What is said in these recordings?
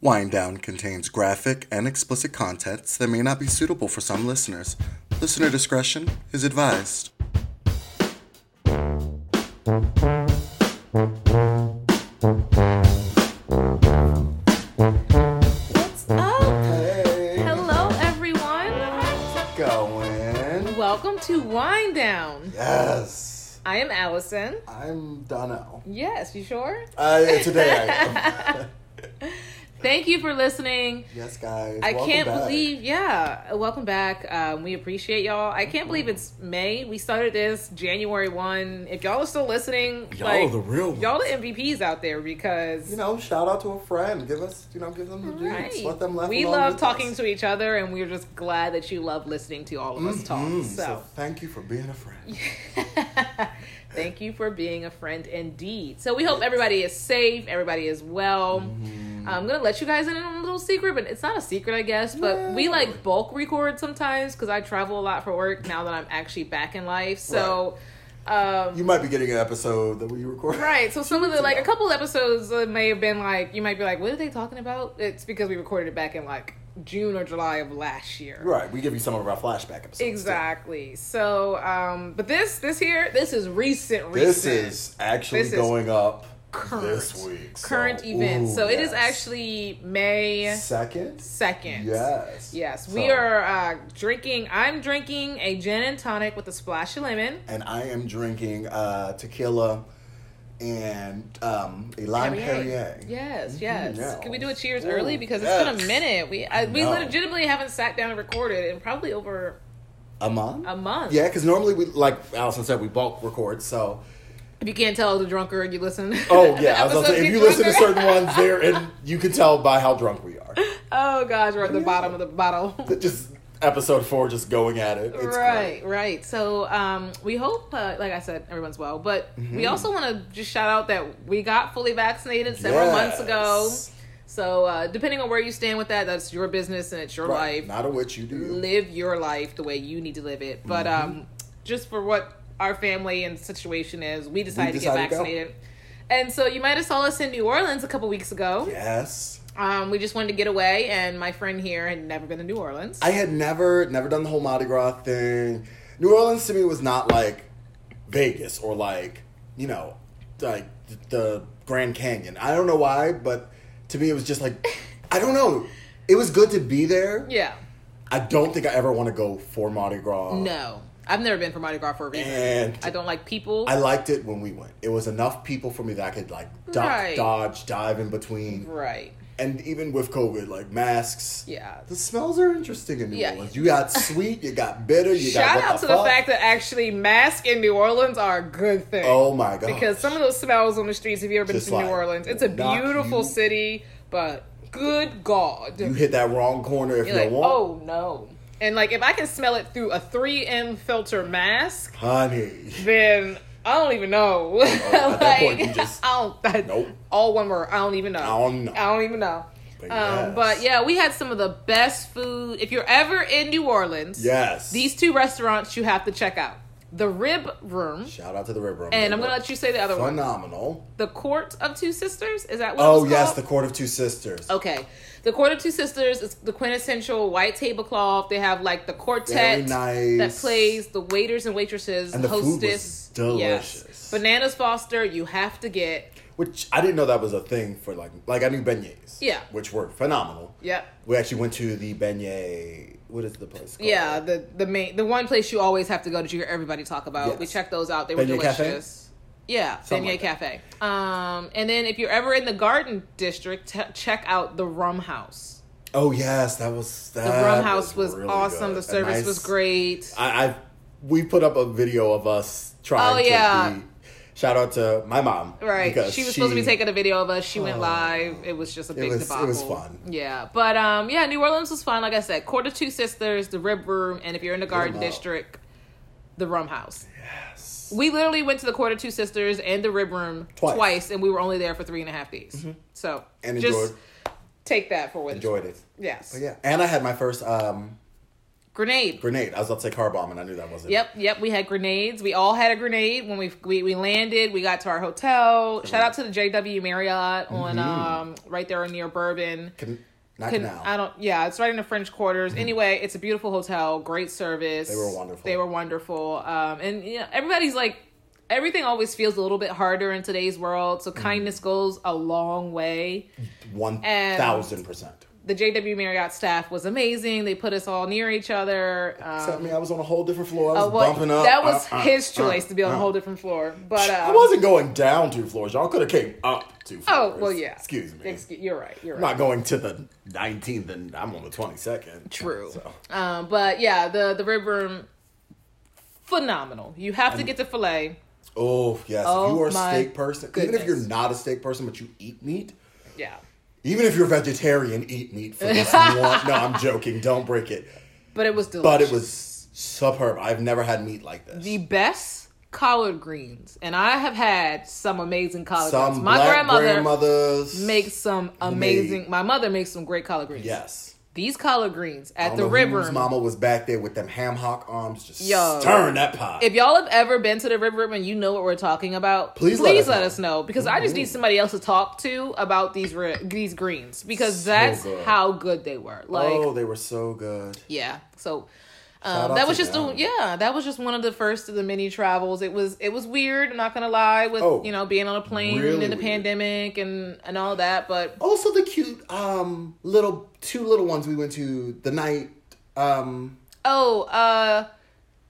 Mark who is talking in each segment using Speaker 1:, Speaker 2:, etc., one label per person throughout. Speaker 1: Wind Down contains graphic and explicit contents that may not be suitable for some listeners. Listener discretion is advised.
Speaker 2: What's up?
Speaker 1: Hey,
Speaker 2: Hello, everyone.
Speaker 1: going?
Speaker 2: Welcome to Wind Down.
Speaker 1: Yes,
Speaker 2: I am Allison.
Speaker 1: I'm Donnell.
Speaker 2: Yes, you sure?
Speaker 1: Uh, today I am.
Speaker 2: Thank you for listening.
Speaker 1: yes, guys.
Speaker 2: I
Speaker 1: welcome
Speaker 2: can't
Speaker 1: back.
Speaker 2: believe, yeah, welcome back. Um, we appreciate y'all. I can't believe it's May. We started this January 1. If y'all are still listening,
Speaker 1: Y'all are the real ones.
Speaker 2: Y'all the MVPs out there because.
Speaker 1: You know, shout out to a friend. Give us, you know, give them the juice.
Speaker 2: Right.
Speaker 1: Let them laugh.
Speaker 2: we
Speaker 1: along
Speaker 2: love
Speaker 1: with
Speaker 2: talking
Speaker 1: us.
Speaker 2: to each other, and we're just glad that you love listening to all of us
Speaker 1: Mm,
Speaker 2: talk.
Speaker 1: so.
Speaker 2: So,
Speaker 1: thank you for being a friend.
Speaker 2: Thank you for being a friend indeed. So we hope everybody is safe, everybody is well.
Speaker 1: Mm-hmm.
Speaker 2: I'm gonna let you guys in on a little secret, but it's not a secret, I guess. But we
Speaker 1: No.
Speaker 2: like bulk record sometimes because I travel a lot for work now that I'm actually back in life. So, um,
Speaker 1: You might be getting an episode that we recorded.
Speaker 2: right. So some of the like a
Speaker 1: ago.
Speaker 2: couple episodes uh, may have been like you might be like, what are they talking about? It's because we recorded it back in like June or July of last year.
Speaker 1: Right. We give you some of our flashback episodes. too.
Speaker 2: Exactly. So, um, but this this here this is recent.
Speaker 1: This
Speaker 2: recent.
Speaker 1: is actually
Speaker 2: This is
Speaker 1: going up
Speaker 2: current
Speaker 1: this week. so-
Speaker 2: current events.
Speaker 1: Ooh,
Speaker 2: So it is
Speaker 1: yes.
Speaker 2: actually May
Speaker 1: second.
Speaker 2: second.
Speaker 1: Yes.
Speaker 2: Yes,
Speaker 1: So-
Speaker 2: we are uh, drinking. I'm drinking a gin and tonic with a splash of lemon.
Speaker 1: And I am drinking uh, tequila and um, a lime Perrier.
Speaker 2: Yes, yes.
Speaker 1: yeah.
Speaker 2: Can we do a cheers
Speaker 1: Mm-hmm. Ooh,
Speaker 2: early because it's been
Speaker 1: yes.
Speaker 2: a minute. We I, we
Speaker 1: know.
Speaker 2: legitimately haven't sat down and recorded in probably over
Speaker 1: A month.
Speaker 2: a month.
Speaker 1: yeah, because normally we like Allison said we bulk record. So
Speaker 2: If you can't tell, the drunker you listen.
Speaker 1: oh
Speaker 2: the
Speaker 1: yeah, I was gonna
Speaker 2: episodes
Speaker 1: say, if
Speaker 2: get
Speaker 1: you listen to
Speaker 2: drunker.
Speaker 1: certain ones there, and you can tell by how drunk we are.
Speaker 2: Oh gosh, we're at the bottom of the bottle.
Speaker 1: That Just episode four, just going at it. It's great.
Speaker 2: right, right. So um, we hope, uh, like I said, everyone's well. But
Speaker 1: Mm-hmm.
Speaker 2: we also want to just shout out that we got fully vaccinated several months ago.
Speaker 1: Yes.
Speaker 2: So uh, depending on where you stand with that, that's your business and it's your
Speaker 1: Right.
Speaker 2: life.
Speaker 1: Not a witch, you Mm-hmm. do. you.
Speaker 2: live your life the way you need to live it. But um, just for what our family and situation is, we decided,
Speaker 1: decided
Speaker 2: to get
Speaker 1: to go.
Speaker 2: vaccinated. And so you might have saw us in New Orleans a couple weeks ago.
Speaker 1: Yes.
Speaker 2: Um, we just wanted to get away, and my friend here had never been to New Orleans.
Speaker 1: I had never never done the whole Mardi Gras thing. New Orleans to me was not like Vegas or like you know like the Grand Canyon. I don't know why, but to me it was just like I don't know. It was good to be there.
Speaker 2: yeah,
Speaker 1: I don't think I ever want to go for Mardi Gras.
Speaker 2: no, I've never been for Mardi Gras for a reason.
Speaker 1: And
Speaker 2: I don't like people.
Speaker 1: I liked it when we went. It was enough people for me that I could like duck,
Speaker 2: Right.
Speaker 1: dodge, dive in between.
Speaker 2: right.
Speaker 1: And even with COVID, like masks.
Speaker 2: Yeah.
Speaker 1: The smells are interesting in New
Speaker 2: Yeah.
Speaker 1: Orleans. You got sweet, you got bitter, you got
Speaker 2: Shout
Speaker 1: what
Speaker 2: out to the
Speaker 1: fuck.
Speaker 2: fact that actually masks in New Orleans are a good thing.
Speaker 1: Oh my god!
Speaker 2: Because some of those smells on the streets, if you ever been
Speaker 1: Just
Speaker 2: to New
Speaker 1: like,
Speaker 2: Orleans, it's a
Speaker 1: knock
Speaker 2: beautiful
Speaker 1: you-
Speaker 2: city, but good God.
Speaker 1: you hit that wrong corner if you
Speaker 2: You're like,
Speaker 1: want,
Speaker 2: oh no. And like, if I can smell it through a 3M filter mask,
Speaker 1: honey.
Speaker 2: then I don't even know.
Speaker 1: Oh, at that point, you just-
Speaker 2: I don't, I-
Speaker 1: Nope.
Speaker 2: All one word. I don't even know.
Speaker 1: I don't know.
Speaker 2: I don't even know.
Speaker 1: But yes.
Speaker 2: Um, but yeah, we had some of the best food. If you're ever in New Orleans,
Speaker 1: Yes.
Speaker 2: these two restaurants you have to check out: the Rib Room,
Speaker 1: Shout out to the River.
Speaker 2: and I'm gonna let you say the other one.
Speaker 1: Phenomenal.
Speaker 2: The Court of Two Sisters. Is that what? it
Speaker 1: Oh
Speaker 2: was
Speaker 1: yes,
Speaker 2: called?
Speaker 1: the Court of Two Sisters.
Speaker 2: Okay. The Court of Two Sisters is the quintessential white tablecloth. They have like the quartet
Speaker 1: Very nice.
Speaker 2: that plays the waiters and waitresses,
Speaker 1: And the food was
Speaker 2: hostess.
Speaker 1: delicious.
Speaker 2: Bananas Foster, you have to get.
Speaker 1: Which I didn't know that was a thing for like like I knew beignets.
Speaker 2: Yeah.
Speaker 1: Which were phenomenal.
Speaker 2: Yep.
Speaker 1: We actually went to the beignet. What is the place called?
Speaker 2: Yeah, the the main the one place you always have to go that you hear everybody talk about.
Speaker 1: Yes.
Speaker 2: We checked those out. They were
Speaker 1: Beignet Cafe?
Speaker 2: delicious. Yeah,
Speaker 1: Something
Speaker 2: Beignet
Speaker 1: like that.
Speaker 2: Cafe. Um, and then if you're ever in the Garden District, t- check out the Rum House.
Speaker 1: Oh yes, that was that.
Speaker 2: The Rum House was,
Speaker 1: really good.
Speaker 2: awesome. The
Speaker 1: A
Speaker 2: service
Speaker 1: nice-
Speaker 2: was great.
Speaker 1: I, I we put up a video of us trying
Speaker 2: Oh, yeah.
Speaker 1: to be. Shout out to my mom.
Speaker 2: Right.
Speaker 1: because
Speaker 2: She was supposed to be
Speaker 1: she-
Speaker 2: taking a video of us. She went live. It was just a big
Speaker 1: was- it
Speaker 2: debacle.
Speaker 1: was fun.
Speaker 2: Yeah. But um yeah, New Orleans was fun. Like I said, Quarter Two Sisters, the Rib Room, and if you're in the Garden
Speaker 1: out.
Speaker 2: District, the Rum House. Yes. We literally went to the Quarter Two Sisters and the Rib Room
Speaker 1: Twice. Mm-hmm.
Speaker 2: twice, and we were only there for three and a half days. So
Speaker 1: And
Speaker 2: just
Speaker 1: enjoyed- Oh,
Speaker 2: take that for what it's
Speaker 1: enjoyed it.
Speaker 2: Yes.
Speaker 1: But yeah, and I had my first um,
Speaker 2: Grenade.
Speaker 1: Grenade. I was about to say car bomb, and I knew that wasn't. it.
Speaker 2: Yep, yep. We had grenades. We all had a grenade when we we, we landed. We got to our hotel. Shout out to the JW Marriott
Speaker 1: Mm-hmm.
Speaker 2: on um right there near Bourbon.
Speaker 1: Can, not
Speaker 2: Couldn't-
Speaker 1: canal. Mm-hmm.
Speaker 2: I don't. Yeah, it's right in the French Quarters. Anyway, it's a beautiful hotel. Great service.
Speaker 1: They were wonderful.
Speaker 2: They were wonderful. Um, and you know, everybody's like, everything always feels a little bit harder in today's world.
Speaker 1: Mm-hmm.
Speaker 2: So kindness goes a long way.
Speaker 1: One thousand percent.
Speaker 2: The JW Marriott staff was amazing. They put us all near each other. Um,
Speaker 1: Except me, I was on a whole different floor. I was
Speaker 2: uh, well,
Speaker 1: bumping up.
Speaker 2: That was
Speaker 1: uh, uh,
Speaker 2: his choice
Speaker 1: uh,
Speaker 2: to be on
Speaker 1: uh.
Speaker 2: a whole different floor. But um,
Speaker 1: I wasn't going down two floors. Y'all could have came up two floors.
Speaker 2: Oh well, yeah.
Speaker 1: Excuse me.
Speaker 2: Excu- you're right. You're
Speaker 1: I'm
Speaker 2: right.
Speaker 1: not going to the 19th, and I'm on the 22nd.
Speaker 2: True.
Speaker 1: So.
Speaker 2: Um, but yeah, the the rib room, phenomenal. You have to get the fillet.
Speaker 1: Oh yes, if you
Speaker 2: Oh,
Speaker 1: are a
Speaker 2: my
Speaker 1: steak person, even if
Speaker 2: goodness.
Speaker 1: you're not a steak person, but you eat meat.
Speaker 2: Yeah,
Speaker 1: Even if you're vegetarian, eat meat for this one. No, I'm joking. Don't break it.
Speaker 2: but it was delicious.
Speaker 1: But it was superb. I've never had meat like this.
Speaker 2: the best collard greens, and I have had some amazing collard
Speaker 1: Some
Speaker 2: greens. My
Speaker 1: black
Speaker 2: grandmother
Speaker 1: grandmothers
Speaker 2: makes some
Speaker 1: Homemade.
Speaker 2: amazing. My mother makes some great collard greens.
Speaker 1: yes.
Speaker 2: These collard greens
Speaker 1: I
Speaker 2: at
Speaker 1: don't
Speaker 2: the
Speaker 1: know
Speaker 2: rib
Speaker 1: whose
Speaker 2: room.
Speaker 1: Mama was back there with them ham hock arms, just
Speaker 2: Yo.
Speaker 1: stirring that pot.
Speaker 2: If y'all have ever been to the River Room and you know what we're talking about,
Speaker 1: Please
Speaker 2: please,
Speaker 1: let us know.
Speaker 2: let,
Speaker 1: Mm-hmm.
Speaker 2: us know because I just need somebody else to talk to about these ri- these greens because
Speaker 1: So
Speaker 2: that's
Speaker 1: good.
Speaker 2: how good they were. Like,
Speaker 1: oh, they were so good.
Speaker 2: yeah. So
Speaker 1: Shout
Speaker 2: um,
Speaker 1: out
Speaker 2: that
Speaker 1: to
Speaker 2: was just a,
Speaker 1: them.
Speaker 2: yeah, that was just one of the first of the many travels. It was it was weird. I'm not gonna lie with
Speaker 1: Oh,
Speaker 2: you know being on a plane
Speaker 1: really
Speaker 2: in the
Speaker 1: weird.
Speaker 2: pandemic and and all that, but
Speaker 1: Also, the cute um little two little ones we went to the night. Um,
Speaker 2: oh, uh,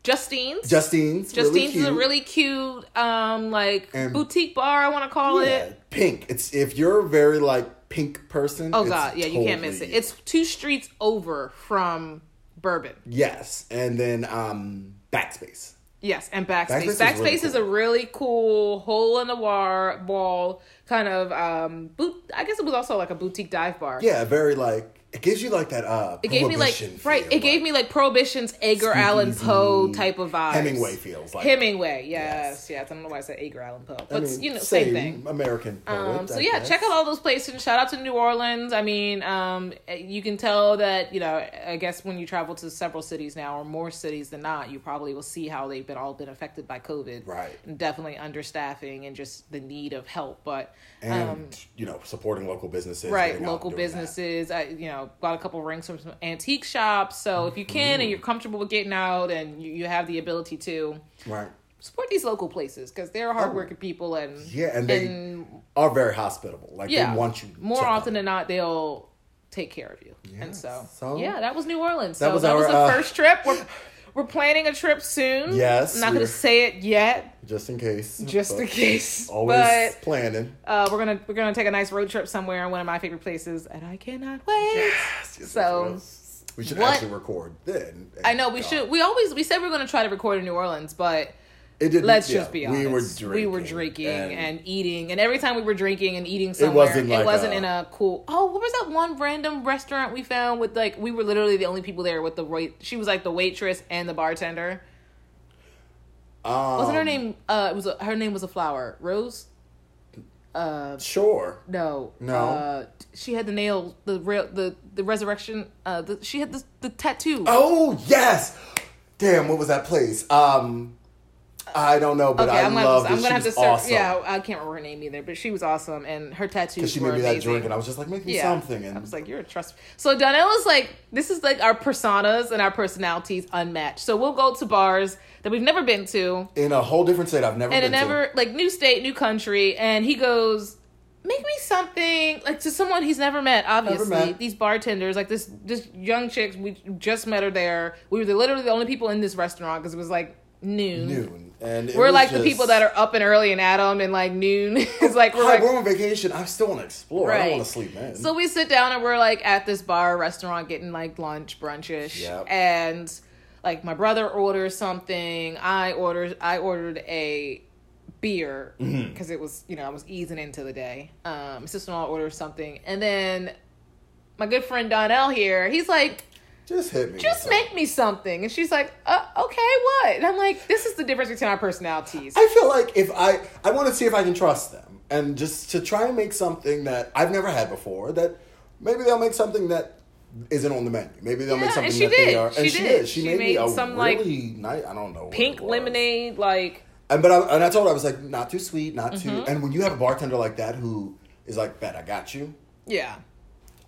Speaker 2: Justine's.
Speaker 1: Justine's.
Speaker 2: Justine's
Speaker 1: really
Speaker 2: is a
Speaker 1: cute.
Speaker 2: really cute, um, like
Speaker 1: And-
Speaker 2: boutique bar. I want to call it.
Speaker 1: Yeah, pink. It's if you're a very like pink person.
Speaker 2: Oh
Speaker 1: it's
Speaker 2: god, yeah, you can't miss it.
Speaker 1: totally-
Speaker 2: It's two streets over from Bourbon.
Speaker 1: yes, and then um backspace.
Speaker 2: Yes, and Backspace.
Speaker 1: Backspace
Speaker 2: Backspace,
Speaker 1: is
Speaker 2: is,
Speaker 1: really
Speaker 2: a
Speaker 1: cool.
Speaker 2: really cool hole in the war wall kind of um boot I guess it was also like a boutique dive bar.
Speaker 1: Yeah, very like it gives you like that uh.
Speaker 2: It gave me like right. It gave me like Prohibition's Edgar Allan
Speaker 1: Speakeasy,
Speaker 2: Poe type of vibes.
Speaker 1: Hemingway feels like
Speaker 2: Hemingway.
Speaker 1: Yes.
Speaker 2: Yes, yes. I don't know why I said Edgar Allan Poe, but you know, same thing.
Speaker 1: American poet.
Speaker 2: Um, so
Speaker 1: I
Speaker 2: yeah,
Speaker 1: guess.
Speaker 2: check out all those places. Shout out to New Orleans. I mean, um, you can tell that you know. I guess when you travel to several cities now, or more cities than not, you probably will see how they've been all been affected by COVID.
Speaker 1: Right.
Speaker 2: And definitely understaffing and just the need of help. But
Speaker 1: and
Speaker 2: um,
Speaker 1: you know supporting local businesses.
Speaker 2: right,
Speaker 1: getting out
Speaker 2: local
Speaker 1: and doing that.
Speaker 2: businesses. I you know got a couple rings from some antique shops. So if you can
Speaker 1: Mm-hmm.
Speaker 2: and you're comfortable with getting out and you, you have the ability to
Speaker 1: Right.
Speaker 2: support these local places because they're hardworking people and
Speaker 1: Oh. Yeah, and they are very hospitable. Like
Speaker 2: yeah,
Speaker 1: they want you
Speaker 2: more
Speaker 1: to come.
Speaker 2: often than not. They'll take care of you, and so,
Speaker 1: so-
Speaker 2: yeah, that was New Orleans.
Speaker 1: That
Speaker 2: so
Speaker 1: was
Speaker 2: that was
Speaker 1: our,
Speaker 2: the
Speaker 1: uh,
Speaker 2: first trip. We're we're planning a trip soon.
Speaker 1: Yes,
Speaker 2: I'm not
Speaker 1: we're-
Speaker 2: going to say it yet,
Speaker 1: just in case.
Speaker 2: just
Speaker 1: But
Speaker 2: in case.
Speaker 1: Always
Speaker 2: But
Speaker 1: planning.
Speaker 2: uh, we're gonna we're gonna take a nice road trip somewhere in one of my favorite places, and I cannot wait.
Speaker 1: Yes, yes,
Speaker 2: So,
Speaker 1: yes. we should
Speaker 2: what-
Speaker 1: actually record then.
Speaker 2: I know we
Speaker 1: God.
Speaker 2: should. We always we said we are going to try to record in New Orleans, but
Speaker 1: It didn't,
Speaker 2: let's
Speaker 1: yeah,
Speaker 2: just be honest.
Speaker 1: We were drinking.
Speaker 2: We were drinking and, eating, and every time we were drinking and eating somewhere, it
Speaker 1: wasn't
Speaker 2: wasn't,
Speaker 1: like a-
Speaker 2: in a cool. Oh, what was that one random restaurant we found with like we were literally the only people there with the wait. She was like the waitress and the bartender.
Speaker 1: um,
Speaker 2: Wasn't her name? Uh, it was a, her name was a flower rose.
Speaker 1: Sure.
Speaker 2: No,
Speaker 1: No.
Speaker 2: Uh, she had the nail, the real, the the resurrection. Uh, the, she had the the tattoo.
Speaker 1: Oh yes. Damn, what was that place? Um, I don't know, but
Speaker 2: Okay,
Speaker 1: I
Speaker 2: I'm gonna,
Speaker 1: love.
Speaker 2: have to, I'm gonna have to search.
Speaker 1: Awesome.
Speaker 2: Yeah, I can't remember her name either, but she was awesome, and her tattoos.
Speaker 1: Because she
Speaker 2: were
Speaker 1: made me that
Speaker 2: amazing.
Speaker 1: drink, and I was just like, make me
Speaker 2: yeah.
Speaker 1: something. And
Speaker 2: I was like, you're a trust. So Donnell is like, this is like our personas and our personalities unmatched. So we'll go to bars that we've never been to,
Speaker 1: in a whole different state, I've never
Speaker 2: and
Speaker 1: been
Speaker 2: it never like new state, new country, and he goes. Make me something like to someone he's never met. Obviously,
Speaker 1: met.
Speaker 2: these bartenders, like this, this young chick, we just met her there. We were the, literally the only people in this restaurant because it was like
Speaker 1: to noon. And it
Speaker 2: we're
Speaker 1: was
Speaker 2: like
Speaker 1: just-
Speaker 2: the people that are up and early and at 'em and like noon is like we're
Speaker 1: Hi,
Speaker 2: like
Speaker 1: we're on vacation. I still want to explore. I
Speaker 2: Right.
Speaker 1: don't want to sleep in.
Speaker 2: so we sit down and we're like at this bar restaurant getting like lunch brunchish
Speaker 1: Yep.
Speaker 2: and like my brother orders something i ordered i ordered a beer because
Speaker 1: Mm-hmm.
Speaker 2: it was you know i was easing into the day um my sister-in-law ordered something and then my good friend donnell here he's like
Speaker 1: just hit me.
Speaker 2: just
Speaker 1: with something.
Speaker 2: make me something and she's like uh, okay what and i'm like this is the difference between our personalities
Speaker 1: I feel like if I I want to see if I can trust them and just to try and make something that I've never had before that maybe they'll make something that isn't on the menu. Maybe they'll make
Speaker 2: Yeah,
Speaker 1: something
Speaker 2: and she
Speaker 1: that they
Speaker 2: did.
Speaker 1: are.
Speaker 2: She did.
Speaker 1: She,
Speaker 2: She
Speaker 1: made, me
Speaker 2: made
Speaker 1: a
Speaker 2: some, like,
Speaker 1: really nice. I don't know. what
Speaker 2: Pink
Speaker 1: it was.
Speaker 2: lemonade, like
Speaker 1: And but I, and I told her I was like, not too sweet, not too.
Speaker 2: Mm-hmm.
Speaker 1: And when you have a bartender like that who is like, bet I got you.
Speaker 2: yeah.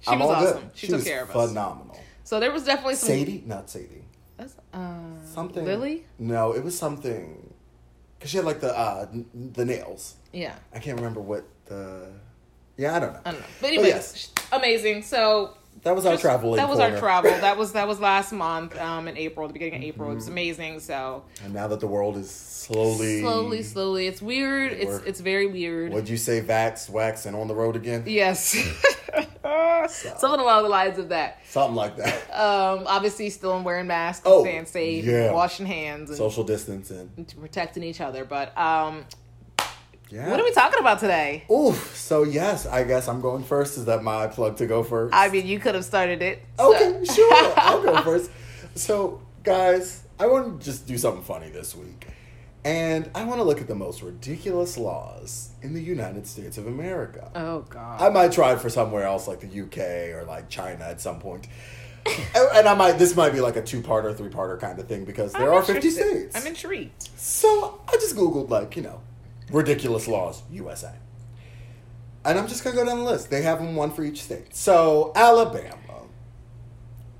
Speaker 2: She
Speaker 1: I'm
Speaker 2: was
Speaker 1: all good.
Speaker 2: awesome. She, took
Speaker 1: was
Speaker 2: care of us.
Speaker 1: Phenomenal.
Speaker 2: So there was definitely some
Speaker 1: Sadie, not Sadie.
Speaker 2: That's, uh,
Speaker 1: Something.
Speaker 2: Lily.
Speaker 1: No, it was something. Cause she had like the uh n- the nails.
Speaker 2: Yeah,
Speaker 1: I can't remember what the. Yeah, I don't know.
Speaker 2: I don't know. But anyways,
Speaker 1: Oh, yes.
Speaker 2: sh- amazing. So
Speaker 1: That was our
Speaker 2: just-
Speaker 1: travel.
Speaker 2: That was our
Speaker 1: corner.
Speaker 2: travel. That was that was last month, um, in April, the beginning of April. It was amazing. So
Speaker 1: And now that the world is Mm-hmm. slowly,
Speaker 2: slowly, slowly, it's weird. It's
Speaker 1: Work.
Speaker 2: it's very weird.
Speaker 1: Would you say vax, wax, and on the road again?
Speaker 2: Yes, something along the lines of that.
Speaker 1: Something like that.
Speaker 2: Um, obviously, still wearing masks,
Speaker 1: Oh,
Speaker 2: staying safe,
Speaker 1: yeah.
Speaker 2: washing hands, and
Speaker 1: Social distancing.
Speaker 2: protecting each other. But um,
Speaker 1: Yeah.
Speaker 2: what are we talking about today?
Speaker 1: Oof. So yes, I guess I'm going first. Is that my plug to go first?
Speaker 2: I mean, you could have started it. so-
Speaker 1: okay, sure. I'll go first. So guys, I want to just do something funny this week, and I want to look at the most ridiculous laws in the United States of America.
Speaker 2: Oh God.
Speaker 1: I might try it for somewhere else, like the UK or like China at some point. And- and I might. This might be like a two-parter, three-parter kind of thing because there
Speaker 2: I'm
Speaker 1: are 50
Speaker 2: interested.
Speaker 1: states.
Speaker 2: I'm intrigued.
Speaker 1: So I just googled like you know, ridiculous laws USA, and I'm just gonna go down the list. They have them one for each state. So Alabama,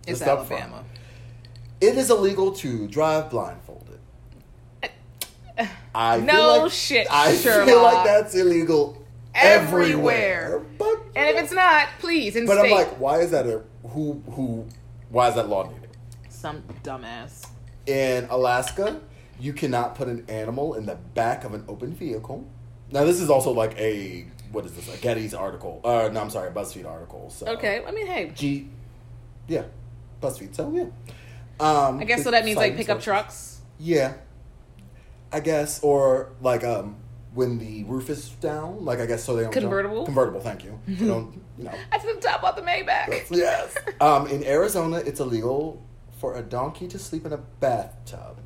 Speaker 2: It's
Speaker 1: Just up front.
Speaker 2: Alabama.
Speaker 1: it is illegal to drive blindfolded. I feel
Speaker 2: No
Speaker 1: like-
Speaker 2: shit,
Speaker 1: I feel
Speaker 2: Sherlock.
Speaker 1: like that's illegal
Speaker 2: Everywhere.
Speaker 1: everywhere. But
Speaker 2: And if it's not, please instate.
Speaker 1: but I'm like, why is that a who who? Why is that law needed?
Speaker 2: some dumbass.
Speaker 1: in Alaska, you cannot put an animal in the back of an open vehicle. Now, this is also like a what is this? A Getty's article? Uh, no, I'm sorry, a BuzzFeed article. So
Speaker 2: Okay, I mean, hey,
Speaker 1: G, yeah, BuzzFeed. So yeah, um,
Speaker 2: I guess so. That means like pickup trucks.
Speaker 1: Yeah, I guess or like um when the roof is down, like I guess so they don't jump-
Speaker 2: Convertible?
Speaker 1: Convertible, thank you. They don't you know.
Speaker 2: That's the top of the Maybach.
Speaker 1: Yes. Um, in Arizona, it's illegal for a donkey to sleep in a bathtub.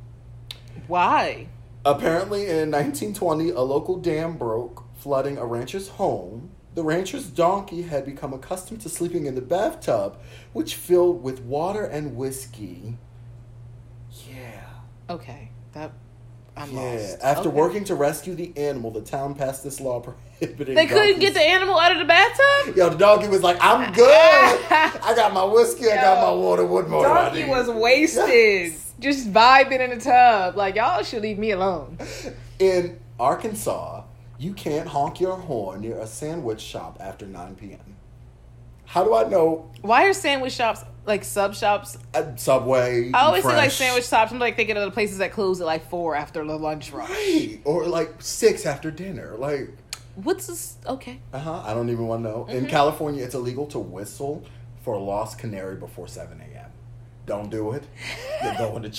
Speaker 2: Why?
Speaker 1: Apparently, in 1920, a local dam broke, flooding a rancher's home. The rancher's donkey had become accustomed to sleeping in the bathtub, which filled with water and whiskey. Yeah.
Speaker 2: Okay, that I'm
Speaker 1: yeah.
Speaker 2: lost.
Speaker 1: After
Speaker 2: Okay.
Speaker 1: working to rescue the animal, the town passed this law prohibiting.
Speaker 2: they couldn't
Speaker 1: donkeys-
Speaker 2: get the animal out of the bathtub.
Speaker 1: Yo, the donkey was like, "I'm good. I got my whiskey. I got
Speaker 2: Yo,
Speaker 1: my water. What more? do I
Speaker 2: Donkey
Speaker 1: need?"
Speaker 2: was wasted, just vibing in the tub. Like y'all should leave me alone.
Speaker 1: In Arkansas, you can't honk your horn near a sandwich shop after 9 p.m. How do I know?
Speaker 2: Why are sandwich shops like sub shops?
Speaker 1: Uh, Subway.
Speaker 2: I always think like
Speaker 1: Fresh.
Speaker 2: sandwich shops. I'm like thinking of the places that close at like four after the lunch rush.
Speaker 1: Right. Or like six after dinner. Like,
Speaker 2: What's this? Okay.
Speaker 1: uh huh. I don't even want to know.
Speaker 2: Mm-hmm.
Speaker 1: In California, it's illegal to whistle for a lost canary before 7 a.m. Don't do it. You're going to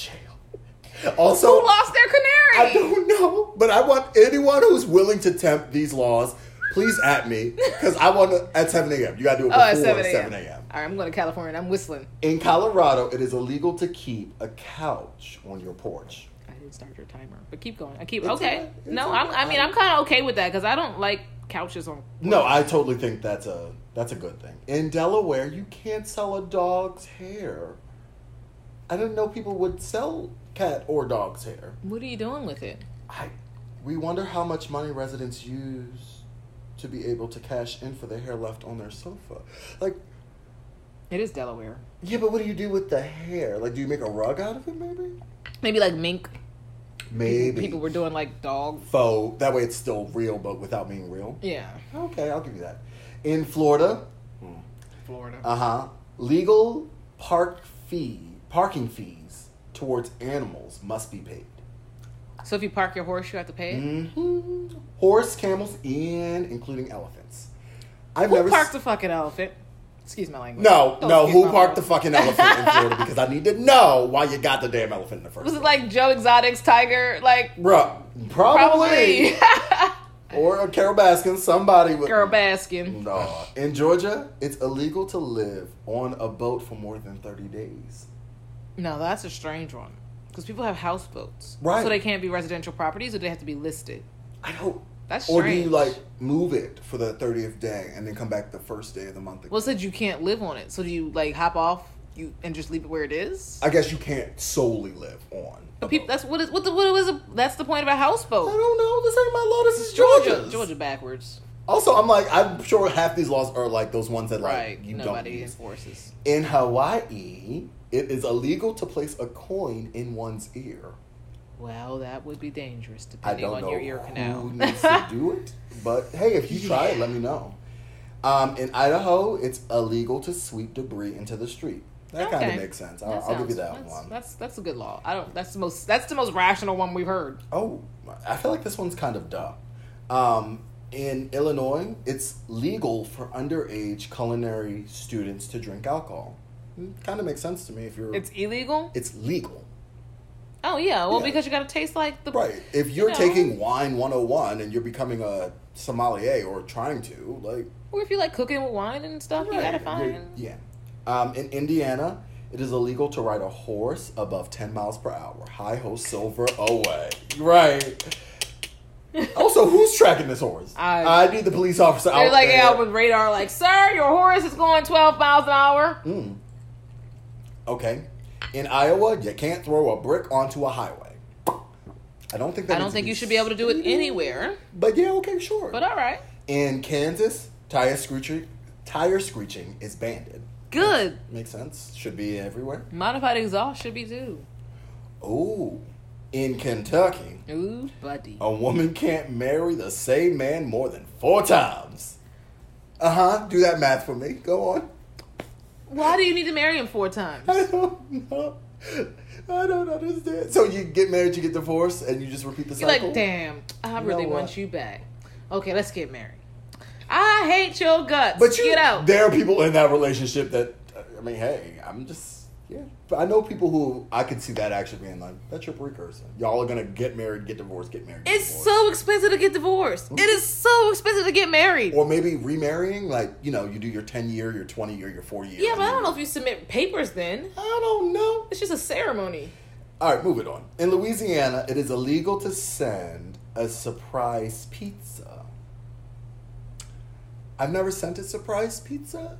Speaker 1: jail. Also,
Speaker 2: Who lost their canary?
Speaker 1: I don't know, but I want anyone who's willing to tempt these laws, please at me because I want to at 7 a.m. You got to do it before
Speaker 2: Oh, at 7 a.m.
Speaker 1: 7 a.m.
Speaker 2: All right, I'm going to California and I'm whistling.
Speaker 1: In Colorado, it is illegal to keep a couch on your porch.
Speaker 2: I didn't start your timer, but keep going. I keep,
Speaker 1: It's
Speaker 2: okay.
Speaker 1: alright, it's
Speaker 2: no, I'm, I mean, I'm kind of okay with that because I don't like couches on.
Speaker 1: No, I totally think that's a that's a good thing. In Delaware, you can't sell a dog's hair. I didn't know people would sell cat or dog's hair.
Speaker 2: What are you doing with it?
Speaker 1: I, we wonder how much money residents use to be able to cash in for the hair left on their sofa. Like,
Speaker 2: It is Delaware.
Speaker 1: yeah, but what do you do with the hair? Like, do you make a rug out of it? Maybe.
Speaker 2: Maybe like mink.
Speaker 1: Maybe.
Speaker 2: People were doing like dog.
Speaker 1: faux. That way, it's still real, but without being real.
Speaker 2: Yeah.
Speaker 1: Okay, I'll give you that. In Florida,
Speaker 2: Florida.
Speaker 1: uh huh, legal park fee parking fees towards animals must be paid.
Speaker 2: so if you park your horse, you have to pay it?
Speaker 1: hmm Horse, camels, and including elephants. I've
Speaker 2: Who
Speaker 1: s-
Speaker 2: parked the fucking elephant? Excuse my language.
Speaker 1: No,
Speaker 2: Don't
Speaker 1: no.
Speaker 2: excuse
Speaker 1: Who
Speaker 2: my
Speaker 1: parked the fucking
Speaker 2: language.
Speaker 1: elephant in Florida? Because I need to know why you got the damn elephant in the first.
Speaker 2: Was it
Speaker 1: place.
Speaker 2: like Joe Exotic's tiger? Like,
Speaker 1: Bruh, probably,
Speaker 2: probably.
Speaker 1: or a Carol Baskin? Somebody with
Speaker 2: Girl Baskin.
Speaker 1: No, in Georgia, it's illegal to live on a boat for more than thirty days.
Speaker 2: No, that's a strange one. Because people have houseboats.
Speaker 1: Right.
Speaker 2: So they can't be residential properties or they have to be listed.
Speaker 1: I don't.
Speaker 2: That's
Speaker 1: Or
Speaker 2: strange.
Speaker 1: do you like move it for the thirtieth day and then come back the first day of the month? Again?
Speaker 2: Well, it said you can't live on it. So do you like hop off you and just leave it where it is?
Speaker 1: I guess you can't solely live on. a
Speaker 2: But people,
Speaker 1: boat.
Speaker 2: that's what is what the what was that's the point about
Speaker 1: I
Speaker 2: houseboat.
Speaker 1: don't know. This ain't my law. This is
Speaker 2: Georgia,
Speaker 1: Georgia's.
Speaker 2: Georgia backwards.
Speaker 1: Also, I'm like, I'm sure half these laws are like those ones that like
Speaker 2: Right.
Speaker 1: you don't
Speaker 2: Nobody
Speaker 1: use.
Speaker 2: enforces.
Speaker 1: In Hawaii, it is illegal to place a coin in one's ear.
Speaker 2: Well, that would be dangerous
Speaker 1: I
Speaker 2: depending
Speaker 1: don't
Speaker 2: on
Speaker 1: know
Speaker 2: your ear
Speaker 1: who
Speaker 2: canal.
Speaker 1: needs to do it, but hey, if you try it, let me know. Um, in Idaho, it's illegal to sweep debris into the street. That kind
Speaker 2: Okay.
Speaker 1: of makes sense.
Speaker 2: That
Speaker 1: I'll, I'll give you
Speaker 2: sounds-
Speaker 1: that
Speaker 2: that's,
Speaker 1: one.
Speaker 2: That's that's a good law. I don't. That's the most. That's the most rational one we've heard.
Speaker 1: Oh, I feel like this one's kind of dumb. Um, in Illinois, it's legal for underage culinary students to drink alcohol. Kind of makes sense to me if you're.
Speaker 2: It's illegal.
Speaker 1: it's legal.
Speaker 2: Oh yeah. Well,
Speaker 1: Yeah.
Speaker 2: because you got to taste like the
Speaker 1: Right. If you're
Speaker 2: know.
Speaker 1: taking wine 101 and you're becoming a sommelier or trying to, like.
Speaker 2: Or if you like cooking with wine and stuff, you
Speaker 1: right,
Speaker 2: gotta
Speaker 1: you're-
Speaker 2: find.
Speaker 1: Yeah. Um, in Indiana, it is illegal to ride a horse above 10 miles per hour. Hi ho, silver away. Right. Also, who's tracking this horse?
Speaker 2: I-
Speaker 1: I, need the police officer
Speaker 2: They're
Speaker 1: out
Speaker 2: like
Speaker 1: there.
Speaker 2: out with radar, like, sir, your horse is going twelve miles an hour.
Speaker 1: Mm. Okay. In Iowa, you can't throw a brick onto a highway. I don't think that
Speaker 2: I don't
Speaker 1: needs
Speaker 2: think you should be able to do it
Speaker 1: stated,
Speaker 2: anywhere.
Speaker 1: Mm-hmm. But yeah, okay, sure.
Speaker 2: But uh, all right,
Speaker 1: in Kansas, tire screeching, tire screeching is banned.
Speaker 2: good.
Speaker 1: Makes sense. Should be everywhere.
Speaker 2: Modified exhaust should be too.
Speaker 1: Oh, in Kentucky,
Speaker 2: Ooh, buddy.
Speaker 1: a woman can't marry the same man more than four times. Uh huh. Do that math for me. Go on.
Speaker 2: Why do you need to marry him four times?
Speaker 1: I don't know. I don't understand. So you get married, you get divorced, and you just repeat the
Speaker 2: You're
Speaker 1: cycle.
Speaker 2: like, damn, I
Speaker 1: You
Speaker 2: really
Speaker 1: know
Speaker 2: want
Speaker 1: what?
Speaker 2: you back. Okay, let's get married. I hate your guts.
Speaker 1: But you,
Speaker 2: get out.
Speaker 1: There are people in that relationship that, I mean, hey, I'm just, yeah. But I know people who I could see that actually being like, that's your precursor. Y'all are gonna get married, get divorced, get married. Get
Speaker 2: it's
Speaker 1: divorced.
Speaker 2: so expensive to get divorced. It is so expensive to get married.
Speaker 1: Mm-hmm. Or maybe remarrying, like you know, you do your ten year, your twenty year, your forty year.
Speaker 2: Yeah,
Speaker 1: and
Speaker 2: but I
Speaker 1: then
Speaker 2: don't know if you submit papers then.
Speaker 1: you- I don't know.
Speaker 2: It's just a ceremony.
Speaker 1: All right, moving on. In Louisiana, it is illegal to send a surprise pizza. I've never sent a surprise pizza,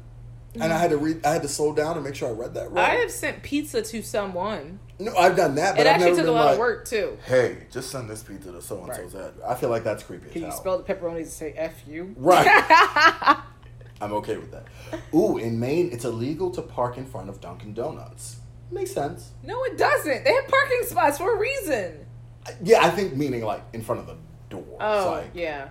Speaker 1: and I had to read. I had to slow down and make sure I read that right.
Speaker 2: I have sent pizza to someone.
Speaker 1: No, I've done that, but
Speaker 2: it
Speaker 1: I've
Speaker 2: actually
Speaker 1: never
Speaker 2: took a
Speaker 1: been
Speaker 2: lot
Speaker 1: like,
Speaker 2: of work too.
Speaker 1: Hey, just send this pizza to so and so's address. I feel like that's creepy.
Speaker 2: Can
Speaker 1: as
Speaker 2: you
Speaker 1: hell.
Speaker 2: spell the pepperonis and say F you?
Speaker 1: right? I'm okay with that. Ooh, in Maine, it's illegal to park in front of Dunkin' Donuts. Makes sense.
Speaker 2: No, it doesn't. They have parking spots for a reason.
Speaker 1: I- Yeah, I think meaning like in front of the door.
Speaker 2: Oh,
Speaker 1: It's like,
Speaker 2: yeah.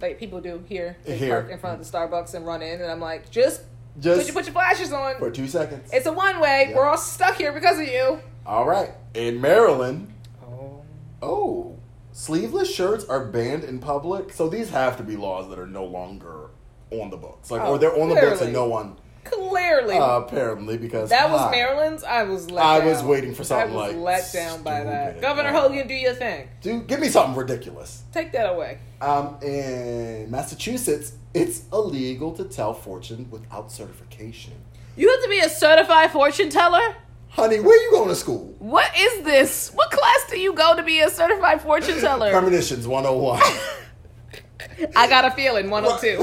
Speaker 2: Like people do here. They
Speaker 1: Here.
Speaker 2: park in front of the Starbucks and run in, and I'm like, just,
Speaker 1: Just-
Speaker 2: put, your, put your flashers on.
Speaker 1: For two seconds.
Speaker 2: It's a one way.
Speaker 1: Yeah.
Speaker 2: We're all stuck here because of you.
Speaker 1: All right. In Maryland,
Speaker 2: Oh.
Speaker 1: oh, sleeveless shirts are banned in public. So these have to be laws that are no longer on the books, like
Speaker 2: Oh,
Speaker 1: or they're on the books
Speaker 2: clearly.
Speaker 1: and no one
Speaker 2: Clearly.
Speaker 1: uh, apparently because
Speaker 2: that was
Speaker 1: hi.
Speaker 2: Maryland's. I was let
Speaker 1: I
Speaker 2: down.
Speaker 1: was waiting for something
Speaker 2: I was
Speaker 1: like
Speaker 2: let down by that.
Speaker 1: stupid.
Speaker 2: Governor
Speaker 1: Wow.
Speaker 2: Hogan, do your thing.
Speaker 1: Dude, give me something ridiculous.
Speaker 2: Take that away.
Speaker 1: Um, in Massachusetts, it's illegal to tell fortune without certification.
Speaker 2: You have to be a certified fortune teller?
Speaker 1: Honey, where you going to school?
Speaker 2: What is this? What class do you go to be a certified fortune teller?
Speaker 1: Premonitions 101.
Speaker 2: I got a feeling 102.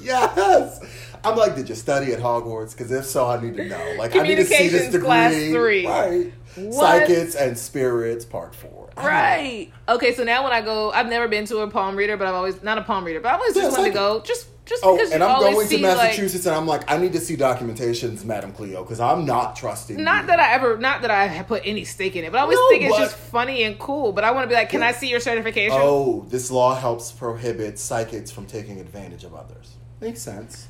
Speaker 1: yes! I'm like, did you study at Hogwarts? Because if so, I need to know. Like, I need to see this
Speaker 2: Communications
Speaker 1: degree.
Speaker 2: class three.
Speaker 1: Right.
Speaker 2: What?
Speaker 1: Psychics and spirits, part four. Ah. I don't know.
Speaker 2: right. Okay, so now when I go, I've never been to a palm reader, but I've always not a palm reader, but I've always
Speaker 1: Yeah,
Speaker 2: just wanted to
Speaker 1: psychic.
Speaker 2: go just just
Speaker 1: Oh,
Speaker 2: because
Speaker 1: and
Speaker 2: you
Speaker 1: I'm
Speaker 2: always
Speaker 1: going to
Speaker 2: see like
Speaker 1: Massachusetts, and I'm like, I need to see documentations, Madam Cleo, because I'm not trusting.
Speaker 2: Not
Speaker 1: you.
Speaker 2: that I ever, not that I have put any stake in it, but I always
Speaker 1: No,
Speaker 2: think it's
Speaker 1: but-
Speaker 2: just funny and cool. But I want to be like, can I see your certification?
Speaker 1: Oh, this law helps prohibit psychics from taking advantage of others. Makes sense.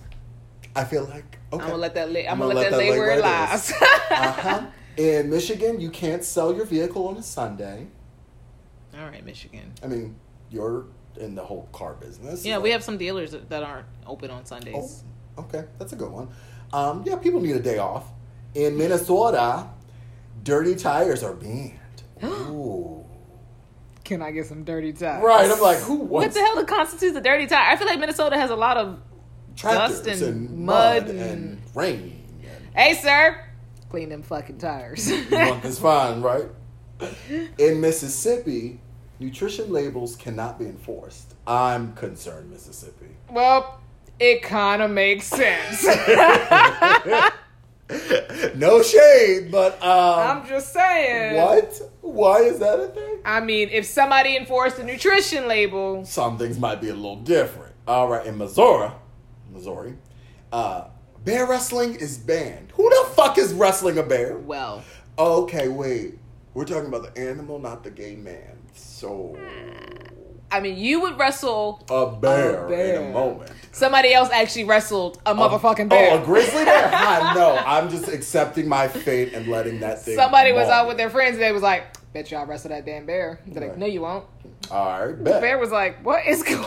Speaker 1: I feel like okay.
Speaker 2: I'm gonna let that lay. I'm, gonna, let, that lay where it
Speaker 1: it
Speaker 2: lies.
Speaker 1: is. uh-huh. In Michigan, you can't sell your vehicle on a Sunday.
Speaker 2: All right, Michigan.
Speaker 1: I mean, you're in the whole car business.
Speaker 2: Yeah,
Speaker 1: but-
Speaker 2: we have some dealers that that aren't open on Sundays.
Speaker 1: Oh, okay, that's a good one. Um, yeah, people need a day off. In Minnesota, dirty tires are banned. Ooh.
Speaker 2: Can I get some dirty tires?
Speaker 1: Right, I'm like, who wants
Speaker 2: What the hell constitutes a dirty tire? I feel like Minnesota has a lot of.
Speaker 1: tractors
Speaker 2: Dust and
Speaker 1: mud
Speaker 2: mud
Speaker 1: and rain and
Speaker 2: Hey, sir, clean them fucking tires.
Speaker 1: you want this fine, right? In Mississippi, Nutrition labels cannot be enforced. I'm concerned, Mississippi.
Speaker 2: Well, it kind of makes sense.
Speaker 1: No shade, but um,
Speaker 2: I'm just saying.
Speaker 1: what? Why is that a thing?
Speaker 2: I mean, if somebody enforced the nutrition label,
Speaker 1: Some things might be a little different. All right, in Missouri, Missouri, uh, bear wrestling is banned. Who the fuck is wrestling a bear?
Speaker 2: well,
Speaker 1: Okay, wait. We're talking about the animal, not the gay man. So
Speaker 2: I mean, you would wrestle.
Speaker 1: a bear, in
Speaker 2: bear.
Speaker 1: a moment.
Speaker 2: Somebody else actually wrestled a motherfucking bear.
Speaker 1: Oh, a grizzly bear? I know. I'm just accepting my fate and letting that thing.
Speaker 2: Somebody was
Speaker 1: maul
Speaker 2: out
Speaker 1: me.
Speaker 2: with their friends and they was like, Bet y'all wrestle that damn bear. They're like,
Speaker 1: Right.
Speaker 2: No, you won't.
Speaker 1: All right,
Speaker 2: The
Speaker 1: bet.
Speaker 2: bear was like, What is going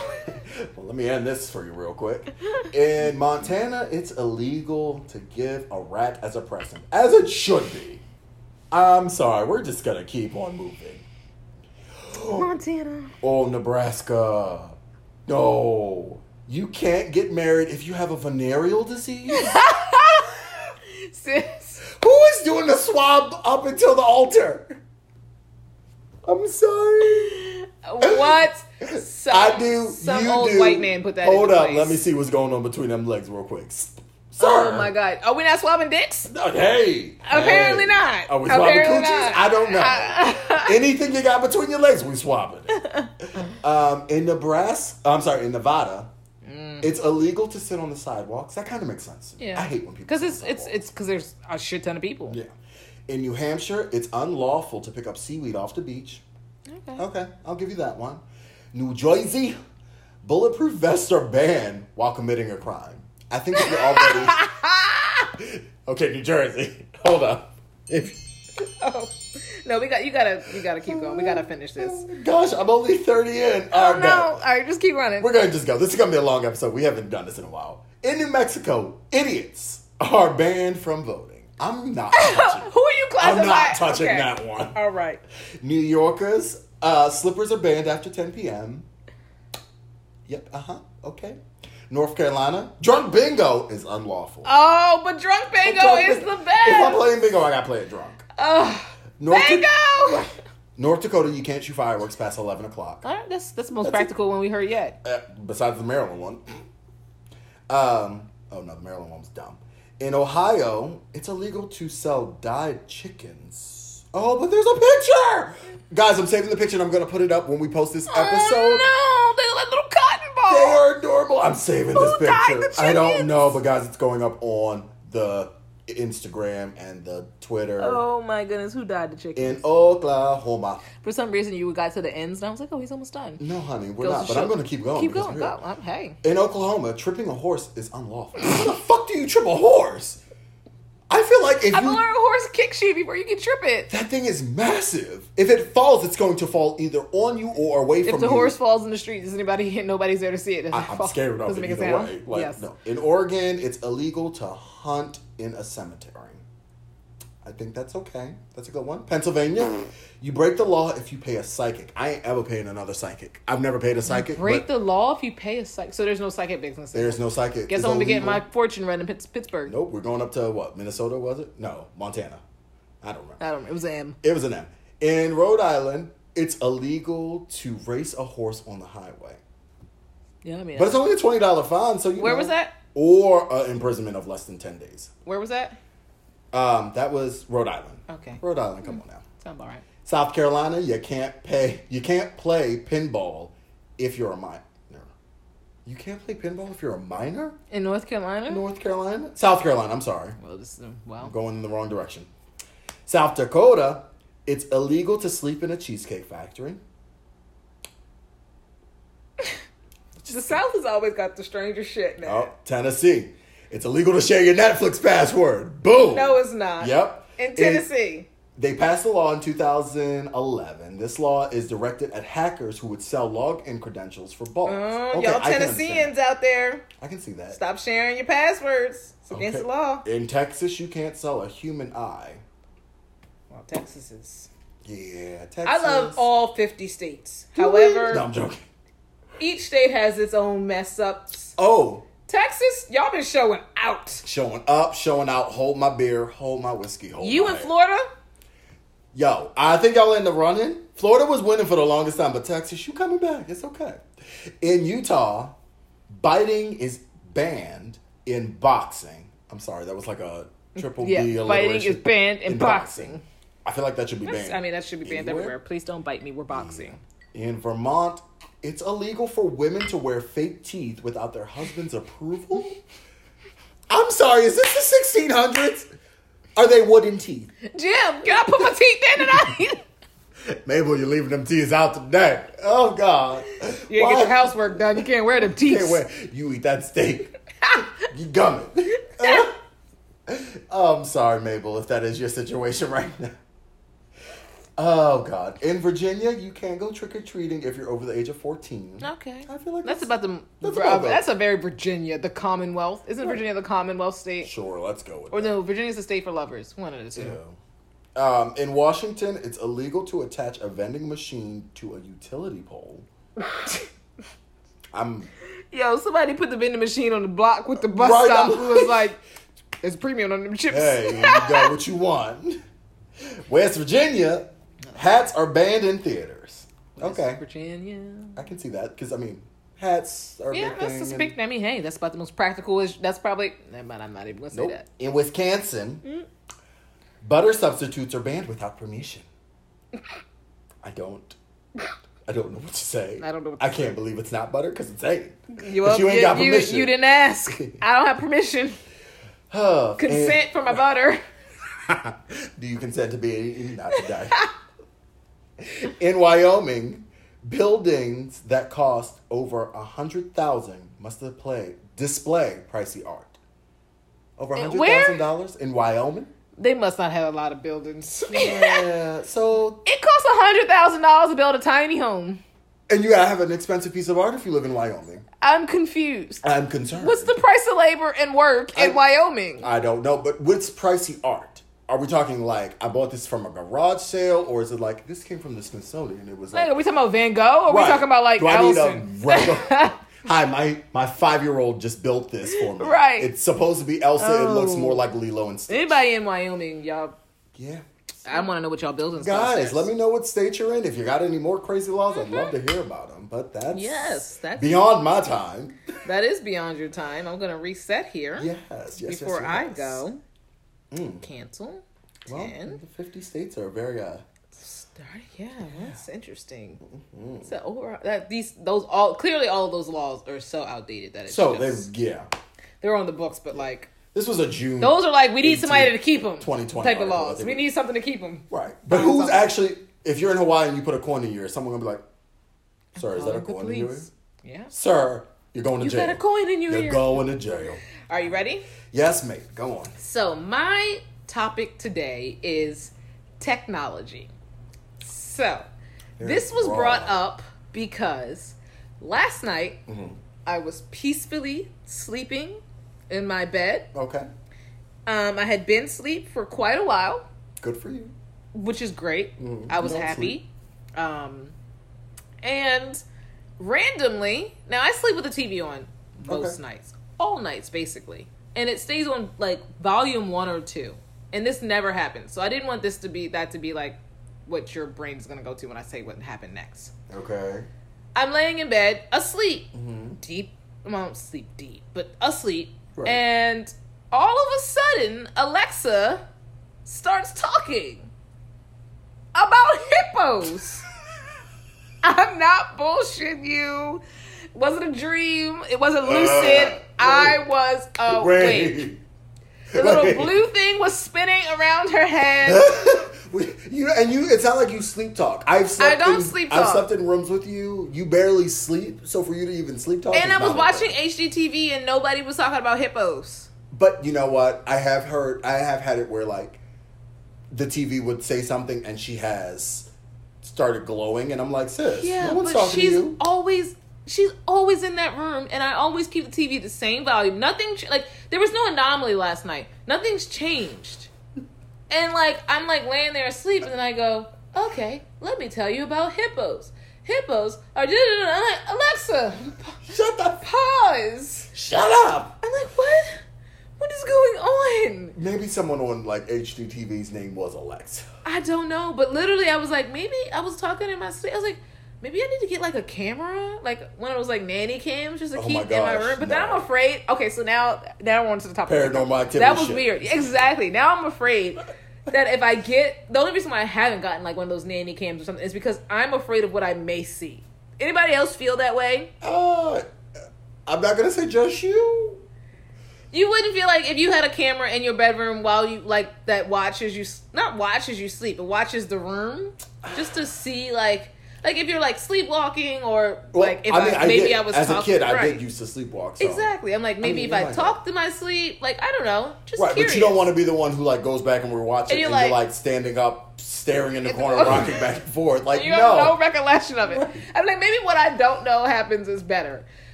Speaker 1: Well, let me end this for you real quick. In Montana, it's illegal to give a rat as a present, as it should be. I'm sorry, we're just gonna keep on moving.
Speaker 2: Montana.
Speaker 1: Oh, Nebraska. No. You can't get married if you have a venereal disease?
Speaker 2: Sis.
Speaker 1: Who is doing the swab up until the altar? I'm sorry.
Speaker 2: What? Some,
Speaker 1: I do.
Speaker 2: Some
Speaker 1: you
Speaker 2: old
Speaker 1: do.
Speaker 2: white man put that
Speaker 1: Hold
Speaker 2: into
Speaker 1: up.
Speaker 2: place.
Speaker 1: Let me see what's going on between them legs real quick. S- Sir.
Speaker 2: Oh my god. Are we not swabbing dicks?
Speaker 1: No, hey.
Speaker 2: Apparently
Speaker 1: Hey.
Speaker 2: not.
Speaker 1: Are we
Speaker 2: Apparently
Speaker 1: swabbing coochies?
Speaker 2: not.
Speaker 1: I don't
Speaker 2: I-
Speaker 1: know. Anything you got between your legs, we swabbing it. um, in Nebraska, I'm sorry, in Nevada,
Speaker 2: Mm.
Speaker 1: it's illegal to sit on the sidewalks. That kind of makes sense. to me. I hate when people
Speaker 2: Because
Speaker 1: sit on
Speaker 2: it's it's
Speaker 1: sidewalks.
Speaker 2: it's because there's a shit ton of people.
Speaker 1: Yeah. In New Hampshire, it's unlawful to pick up seaweed off the beach.
Speaker 2: Okay.
Speaker 1: Okay, I'll give you that one. New Jersey, bulletproof vests are banned while committing a crime. I think if you're already. okay, New Jersey, hold up. If
Speaker 2: Oh. No, we got you gotta you gotta keep going. We gotta finish this.
Speaker 1: Gosh, I'm only 30 in.
Speaker 2: Oh
Speaker 1: All
Speaker 2: no!
Speaker 1: right,
Speaker 2: All right, just keep running.
Speaker 1: We're going to just go. This is going to be a long episode. We haven't done this in a while. In New Mexico, idiots are banned from voting. I'm not touching.
Speaker 2: Who are you
Speaker 1: I'm
Speaker 2: classifying?
Speaker 1: not touching
Speaker 2: Okay.
Speaker 1: that one.
Speaker 2: All right.
Speaker 1: New Yorkers, uh, slippers are banned after 10 p.m. Yep, uh huh, okay. North Carolina, drunk bingo is unlawful.
Speaker 2: Oh, but drunk bingo
Speaker 1: Drunk
Speaker 2: is
Speaker 1: bingo.
Speaker 2: the
Speaker 1: If I'm
Speaker 2: best.
Speaker 1: playing bingo, I gotta play it drunk.
Speaker 2: Ugh.
Speaker 1: North
Speaker 2: bingo. All
Speaker 1: North Dakota, you can't shoot fireworks past 11 o'clock.
Speaker 2: right, that's that's the most practical one we heard yet.
Speaker 1: Uh, besides the Maryland one. Um, oh no, the Maryland one was dumb. In Ohio, it's illegal to sell dyed chickens. Oh, but there's a picture! Guys, I'm saving the picture and I'm gonna put it up when we post this episode.
Speaker 2: Oh no! They like little cotton
Speaker 1: They
Speaker 2: balls.
Speaker 1: are adorable. I'm saving this
Speaker 2: Who dyed
Speaker 1: picture.
Speaker 2: the
Speaker 1: I don't
Speaker 2: chickens?
Speaker 1: know, but guys, it's going up on the Instagram and the Twitter
Speaker 2: Oh my goodness! Who died the chicken?
Speaker 1: in Oklahoma.
Speaker 2: For some reason, you got to the ends, and I was like, oh, he's almost done.
Speaker 1: No, honey, we're
Speaker 2: Goes
Speaker 1: not,
Speaker 2: to
Speaker 1: but I'm
Speaker 2: show-
Speaker 1: going to keep going.
Speaker 2: Keep
Speaker 1: because
Speaker 2: going.
Speaker 1: we're here.
Speaker 2: Go. Um, hey.
Speaker 1: In Oklahoma, tripping a horse is unlawful. How the fuck do you trip a horse? I feel like if
Speaker 2: I'm
Speaker 1: you,
Speaker 2: gonna learn a horse kicks you before you can trip it.
Speaker 1: that thing is massive, if it falls, it's going to fall either on you or away from
Speaker 2: If the
Speaker 1: you.
Speaker 2: horse falls in the street, does anybody hit? Nobody's there to see it. Does
Speaker 1: I,
Speaker 2: it
Speaker 1: I'm
Speaker 2: fall?
Speaker 1: scared of
Speaker 2: Doesn't
Speaker 1: it
Speaker 2: make a
Speaker 1: either
Speaker 2: sound.
Speaker 1: way. Like,
Speaker 2: yes.
Speaker 1: no. In Oregon, it's illegal to hunt in a cemetery. I think that's okay. That's a good one. Pennsylvania, you break the law if you pay a psychic. I ain't ever paying another psychic. I've never paid a psychic. Break
Speaker 2: Break the law if you pay a psych. So there's no psychic business.
Speaker 1: there's no psychic.
Speaker 2: Guess
Speaker 1: It's
Speaker 2: I'm gonna be getting my
Speaker 1: illegal.
Speaker 2: fortune read in Pitts- Pittsburgh.
Speaker 1: Nope, we're going up to what? Minnesota was it? No, Montana. I don't remember.
Speaker 2: I don't know. It was M.
Speaker 1: It was an M. In Rhode Island, it's illegal to race a horse on the highway.
Speaker 2: Yeah, I mean,
Speaker 1: But it's only a twenty dollar fine, so you
Speaker 2: Where
Speaker 1: know.
Speaker 2: was that?
Speaker 1: Or uh, imprisonment of less than ten days.
Speaker 2: where was that?
Speaker 1: Um, that was Rhode Island.
Speaker 2: Okay. Hmm.
Speaker 1: Rhode Island, come on now.
Speaker 2: Sounds all right.
Speaker 1: South Carolina, you can't pay you can't play pinball if you're a minor. You can't play pinball if you're a minor?
Speaker 2: In North Carolina.
Speaker 1: North Carolina? South Carolina, I'm sorry.
Speaker 2: Well, this is well.
Speaker 1: going in the wrong direction. South Dakota, it's illegal to sleep in a cheesecake factory.
Speaker 2: The South has always got the stranger shit, man.
Speaker 1: Oh, Tennessee, it's illegal to share your Netflix password. Boom.
Speaker 2: No, it's not.
Speaker 1: Yep.
Speaker 2: In
Speaker 1: It-
Speaker 2: Tennessee.
Speaker 1: they passed a law in 2011. This law is directed at hackers who would sell login credentials for bots.
Speaker 2: Uh,
Speaker 1: Okay,
Speaker 2: y'all
Speaker 1: I can
Speaker 2: Tennesseans
Speaker 1: understand.
Speaker 2: out there,
Speaker 1: I can see that.
Speaker 2: stop sharing your passwords. It's
Speaker 1: Okay.
Speaker 2: against the law.
Speaker 1: In Texas, you can't sell a human eye.
Speaker 2: Well, Texas is.
Speaker 1: Yeah, Texas.
Speaker 2: I love all 50 states.
Speaker 1: No,
Speaker 2: However,
Speaker 1: I'm joking.
Speaker 2: each state has its own mess ups.
Speaker 1: Oh,
Speaker 2: Texas, y'all been showing out.
Speaker 1: showing up, showing out. Hold my beer, hold my whiskey, hold
Speaker 2: You
Speaker 1: my
Speaker 2: in Florida?
Speaker 1: Yo, I think y'all in the running. Florida was winning for the longest time, but Texas, you coming back. It's okay. In Utah, biting is banned in boxing. I'm sorry, that was like a triple
Speaker 2: Yeah,
Speaker 1: B alliteration.
Speaker 2: biting is banned in boxing.
Speaker 1: I feel like that should be
Speaker 2: That's-
Speaker 1: banned.
Speaker 2: I mean, that should be banned
Speaker 1: Anywhere.
Speaker 2: everywhere. Please don't bite
Speaker 1: Mm.
Speaker 2: me. We're boxing.
Speaker 1: In Vermont, it's illegal for women to wear fake teeth without their husband's approval. I'm sorry, is this the 1600s? Are they wooden teeth?
Speaker 2: Jim, can I put my teeth in tonight?
Speaker 1: Mabel, you're leaving them teeth out today. Oh God!
Speaker 2: you didn't
Speaker 1: Why-
Speaker 2: get your housework done. You can't wear them teeth.
Speaker 1: Can't wait. You eat that steak. you gum it. Oh, I'm sorry, Mabel, if that is your situation right now. Oh God! In Virginia, you can't go trick or treating if you're over the age of 14.
Speaker 2: Okay.
Speaker 1: I feel like
Speaker 2: that's
Speaker 1: it's-
Speaker 2: about the
Speaker 1: that's
Speaker 2: that's,
Speaker 1: about the-
Speaker 2: a very Virginia, the Commonwealth. Isn't Virginia the Commonwealth state?
Speaker 1: Sure, let's go with
Speaker 2: Or
Speaker 1: that.
Speaker 2: no, Virginia's the state for lovers. One of the two.
Speaker 1: Um, in Washington, it's illegal to attach a vending machine to a utility pole. I'm
Speaker 2: Yo, somebody put the vending machine on the block with the bus
Speaker 1: Right,
Speaker 2: stop.
Speaker 1: I'm
Speaker 2: It was like, there's premium on them chips.
Speaker 1: hey, you got what you want. West Virginia, hats are banned in theaters. Okay,
Speaker 2: Virginia.
Speaker 1: I can see that because I mean, hats are a
Speaker 2: Yeah,
Speaker 1: big
Speaker 2: that's
Speaker 1: thing.
Speaker 2: the
Speaker 1: and-
Speaker 2: big. I mean, hey, that's about the most practical. Is that's probably. Never mind, I'm not even gonna say
Speaker 1: Nope.
Speaker 2: that. Mm.
Speaker 1: In Wisconsin, butter substitutes are banned without permission. I don't. I don't know what to say.
Speaker 2: I don't know what to
Speaker 1: I can't believe it's not butter because it's ain't.
Speaker 2: You,
Speaker 1: But you ain't got
Speaker 2: you,
Speaker 1: permission.
Speaker 2: you didn't ask. I don't have permission.
Speaker 1: Huh.
Speaker 2: Consent for my butter.
Speaker 1: And- do you consent to be eaten? Not to die. In Wyoming, buildings that cost over a hundred thousand must display display pricey art. Over a
Speaker 2: Uh,
Speaker 1: hundred
Speaker 2: where?
Speaker 1: thousand dollars in Wyoming.
Speaker 2: They must not have a lot of buildings.
Speaker 1: Yeah. So
Speaker 2: It costs a hundred thousand dollars to build a tiny home.
Speaker 1: And you gotta have an expensive piece of art if you live in Wyoming.
Speaker 2: I'm confused.
Speaker 1: I'm concerned.
Speaker 2: What's the price of labor and work in
Speaker 1: Uh, I-
Speaker 2: Wyoming?
Speaker 1: I don't know, but what's pricey art? Are we talking like I bought this from a garage sale, or is it like this came from the Smithsonian? It was
Speaker 2: Like, are
Speaker 1: like
Speaker 2: we talking about Van Gogh? Or are we
Speaker 1: Right.
Speaker 2: talking about like
Speaker 1: Do I need a
Speaker 2: Allison?
Speaker 1: rubber- Hi, my my five year old just built this for me.
Speaker 2: Right.
Speaker 1: It's supposed to be Elsa. It looks
Speaker 2: Oh.
Speaker 1: more like Lilo and Stitch.
Speaker 2: Anybody in Wyoming, y'all?
Speaker 1: Yeah.
Speaker 2: I want to know what y'all building.
Speaker 1: Guys, let me know what state you're in. If you got any more crazy laws, I'd love to hear about them. But that's
Speaker 2: Mm-hmm. Yes, that's-
Speaker 1: beyond my time.
Speaker 2: That is beyond your time. I'm gonna reset here
Speaker 1: Yes, yes, yes,
Speaker 2: before I
Speaker 1: yes. Mm.
Speaker 2: go. Cancel.
Speaker 1: Well,
Speaker 2: Ten.
Speaker 1: the 50 states are very uh,
Speaker 2: Start. Yeah, that's interesting.
Speaker 1: Mm-hmm.
Speaker 2: So overall, that these those all clearly all of those laws are so outdated that it's
Speaker 1: So they,
Speaker 2: just,
Speaker 1: yeah,
Speaker 2: they're on the books, but like
Speaker 1: this was a June.
Speaker 2: Those are like we need somebody to
Speaker 1: 18,
Speaker 2: keep them.
Speaker 1: 2020
Speaker 2: type of
Speaker 1: article, I
Speaker 2: laws.
Speaker 1: think
Speaker 2: We
Speaker 1: it-
Speaker 2: need something to keep them.
Speaker 1: right, but
Speaker 2: Find
Speaker 1: who's
Speaker 2: something.
Speaker 1: actually? If you're in Hawaii and you put a coin in your ear, someone gonna be like, "Sir, is that a
Speaker 2: the
Speaker 1: coin in your ear?
Speaker 2: police. Yeah.
Speaker 1: Sir, you're going to
Speaker 2: You
Speaker 1: jail.
Speaker 2: got a coin in your
Speaker 1: You're
Speaker 2: ear.
Speaker 1: going to jail.
Speaker 2: Are you ready?
Speaker 1: Yes, mate. Go on.
Speaker 2: So my topic today is technology. So this was
Speaker 1: raw.
Speaker 2: brought up because last night I was peacefully sleeping in my bed.
Speaker 1: Okay,
Speaker 2: Um, I had been asleep for quite a while.
Speaker 1: good for you.
Speaker 2: which is great.
Speaker 1: Mhm.
Speaker 2: I was
Speaker 1: Don't
Speaker 2: happy. Um, and randomly, now I sleep with the TV on most
Speaker 1: Okay.
Speaker 2: nights, all nights basically, and it stays on like volume one or two, and this never happens. So I didn't want this to be that to be like what your brain's gonna go to when I say what happened next.
Speaker 1: Okay.
Speaker 2: I'm laying in bed asleep, deep. Well, I don't sleep deep, but asleep,
Speaker 1: Mm-hmm. Right.
Speaker 2: and all of a sudden, Alexa starts talking about hippos. I'm not bullshitting you. Wasn't a dream. It wasn't lucid.
Speaker 1: Uh,
Speaker 2: I was awake.
Speaker 1: Wait.
Speaker 2: Oh, The little
Speaker 1: Wait.
Speaker 2: blue thing was spinning around her head.
Speaker 1: We- you know, and you. It's not like you sleep talk. I've slept.
Speaker 2: don't
Speaker 1: in-
Speaker 2: sleep
Speaker 1: I've
Speaker 2: talk.
Speaker 1: slept in rooms with you. You barely sleep, so for you to even sleep talk.
Speaker 2: and
Speaker 1: is
Speaker 2: I was
Speaker 1: not okay.
Speaker 2: watching HGTV and nobody was talking about hippos.
Speaker 1: But you know what? I have heard, I have had it where like the TV would say something and she has started glowing, and I'm like, sis,
Speaker 2: Yeah,
Speaker 1: no one's
Speaker 2: but
Speaker 1: talking to
Speaker 2: she's
Speaker 1: you.
Speaker 2: always she's always in that room, and I always keep the TV the same volume. Nothing ch- like there was no anomaly last night. Nothing's changed, and like I'm like laying there asleep, and then I go, okay, let me tell you about hippos. Hippos are da da da. I'm like Alexa,
Speaker 1: Shut the f-
Speaker 2: pause.
Speaker 1: shut up.
Speaker 2: I'm like what? What is going on?
Speaker 1: Maybe someone on like HGTV's name was Alexa.
Speaker 2: I don't know, but literally, I was like, maybe I was talking in my sleep. I was like, maybe I need to get like a camera, like one of those like nanny cams, just to
Speaker 1: Oh my
Speaker 2: keep in my
Speaker 1: gosh,
Speaker 2: room. But then
Speaker 1: no.
Speaker 2: I'm afraid. Okay, so now now we're on to the topic. of-
Speaker 1: Paranormal activity
Speaker 2: That was
Speaker 1: shit.
Speaker 2: weird. Exactly. Now I'm afraid that if I get the only reason why I haven't gotten like one of those nanny cams or something is because I'm afraid of what I may see. Anybody else feel that way?
Speaker 1: Uh, I'm not gonna say just you.
Speaker 2: You wouldn't feel like if you had a camera in your bedroom while you like that watches you not watches you sleep, but watches the room just to see like like if you're like sleepwalking or
Speaker 1: Well,
Speaker 2: like if I,
Speaker 1: I mean, I
Speaker 2: maybe
Speaker 1: did-
Speaker 2: I was
Speaker 1: as a
Speaker 2: talking-
Speaker 1: kid, I
Speaker 2: right.
Speaker 1: did used to sleepwalk. So.
Speaker 2: exactly. I'm like maybe
Speaker 1: mean,
Speaker 2: if I
Speaker 1: you're like-
Speaker 2: talked in my sleep, like I don't know, just
Speaker 1: Right,
Speaker 2: curious.
Speaker 1: but you don't want to be the one who like goes back and we're watching,
Speaker 2: And
Speaker 1: and
Speaker 2: you're
Speaker 1: you're,
Speaker 2: like-
Speaker 1: like, standing up, staring in the
Speaker 2: It's-
Speaker 1: corner, rocking back and forth. Like
Speaker 2: You have no
Speaker 1: no,
Speaker 2: recollection of it. I'm like maybe what I don't know happens is better.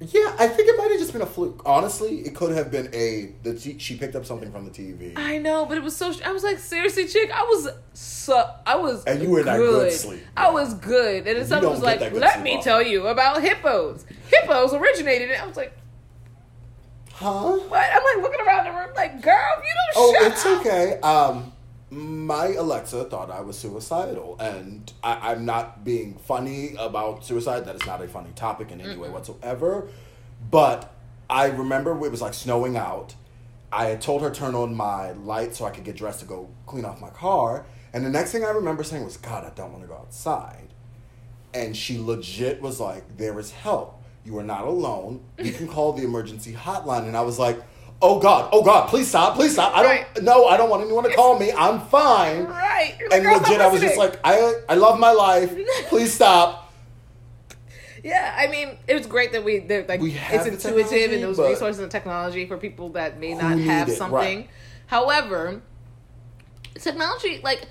Speaker 1: yeah, I think it might have just been a fluke. Honestly, it could have been a the t- she picked up something from the TV,
Speaker 2: I know, but it was so. I was like, seriously, chick. I was so. I was.
Speaker 1: And you were in that good sleep.
Speaker 2: I was good, and then someone
Speaker 1: don't
Speaker 2: was
Speaker 1: get
Speaker 2: like,
Speaker 1: that good
Speaker 2: "Let
Speaker 1: sleep
Speaker 2: me
Speaker 1: off.
Speaker 2: tell you about hippos. Hippos originated." it." I was like,
Speaker 1: huh?
Speaker 2: "What?" I'm like looking around the room, like, "Girl, you don't
Speaker 1: Oh,
Speaker 2: shut
Speaker 1: it's
Speaker 2: up."
Speaker 1: okay. Um, my Alexa thought I was suicidal, and I, I'm not being funny about suicide. That is not a funny topic in any way whatsoever. But I remember it was like snowing out. I had told her turn on my light so I could get dressed to go clean off my car. And the next thing I remember saying was, "God, I don't want to go outside." and she legit was like, "There is help. You are not alone. You can call the emergency hotline." And I was like, "Oh God, oh God, please stop, please stop. I don't,
Speaker 2: Right.
Speaker 1: no, I don't want anyone to call me. I'm fine."
Speaker 2: Right. You're like,
Speaker 1: And
Speaker 2: "Girl, stop
Speaker 1: legit, I was just
Speaker 2: listening."
Speaker 1: like, "I, I love my life. Please stop."
Speaker 2: "Yeah." I mean, it was great that we that like
Speaker 1: We
Speaker 2: it's
Speaker 1: have the
Speaker 2: intuitive
Speaker 1: technology,
Speaker 2: and those
Speaker 1: but-
Speaker 2: resources and technology for people that may
Speaker 1: Who
Speaker 2: not
Speaker 1: need
Speaker 2: have
Speaker 1: it,
Speaker 2: something.
Speaker 1: right.
Speaker 2: However, technology like.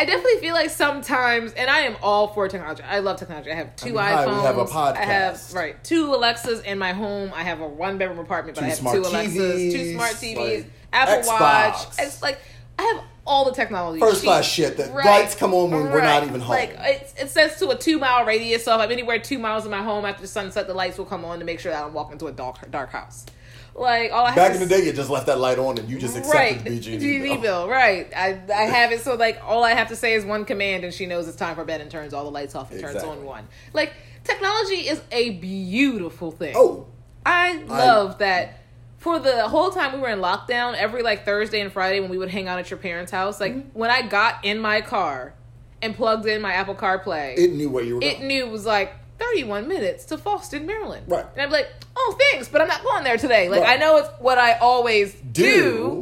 Speaker 2: I definitely feel like sometimes, and I am all for technology. I love technology. I have two
Speaker 1: mean, hi,
Speaker 2: iPhones.
Speaker 1: we have a
Speaker 2: I have
Speaker 1: podcast.
Speaker 2: right two Alexas in my home. I have a one bedroom apartment, but
Speaker 1: Two
Speaker 2: I have
Speaker 1: smart
Speaker 2: two Alexas, two
Speaker 1: TVs,
Speaker 2: smart TVs,
Speaker 1: like,
Speaker 2: Apple Watch.
Speaker 1: Xbox.
Speaker 2: It's like I have all the technology.
Speaker 1: First
Speaker 2: She-
Speaker 1: class shit that lights come on when we're not even home.
Speaker 2: Like it's, it says to a two mile radius, so if I'm anywhere two miles in my home after sunset, the lights will come on to make sure that I don't walk into a dark dark house. Like all I have
Speaker 1: Back
Speaker 2: to
Speaker 1: in the
Speaker 2: s-
Speaker 1: day, you just left that light on and you just accepted
Speaker 2: right
Speaker 1: the BGD.
Speaker 2: GD bill right I, I have it so like all i have to say is one command and she knows it's time for bed and turns all the lights off and turns on
Speaker 1: Exactly.
Speaker 2: one like technology is a beautiful thing
Speaker 1: Oh,
Speaker 2: i love that for the whole time we were in lockdown every like thursday and friday when we would hang out at your parents house like
Speaker 1: Mm-hmm.
Speaker 2: when i got in my car and plugged in my apple carplay
Speaker 1: it knew where you were.
Speaker 2: it
Speaker 1: going.
Speaker 2: knew was like 31 minutes to Falston, Maryland.
Speaker 1: Right.
Speaker 2: And I'd be like, oh, thanks, but I'm not going there today. Like,
Speaker 1: Right.
Speaker 2: I know it's what I always do,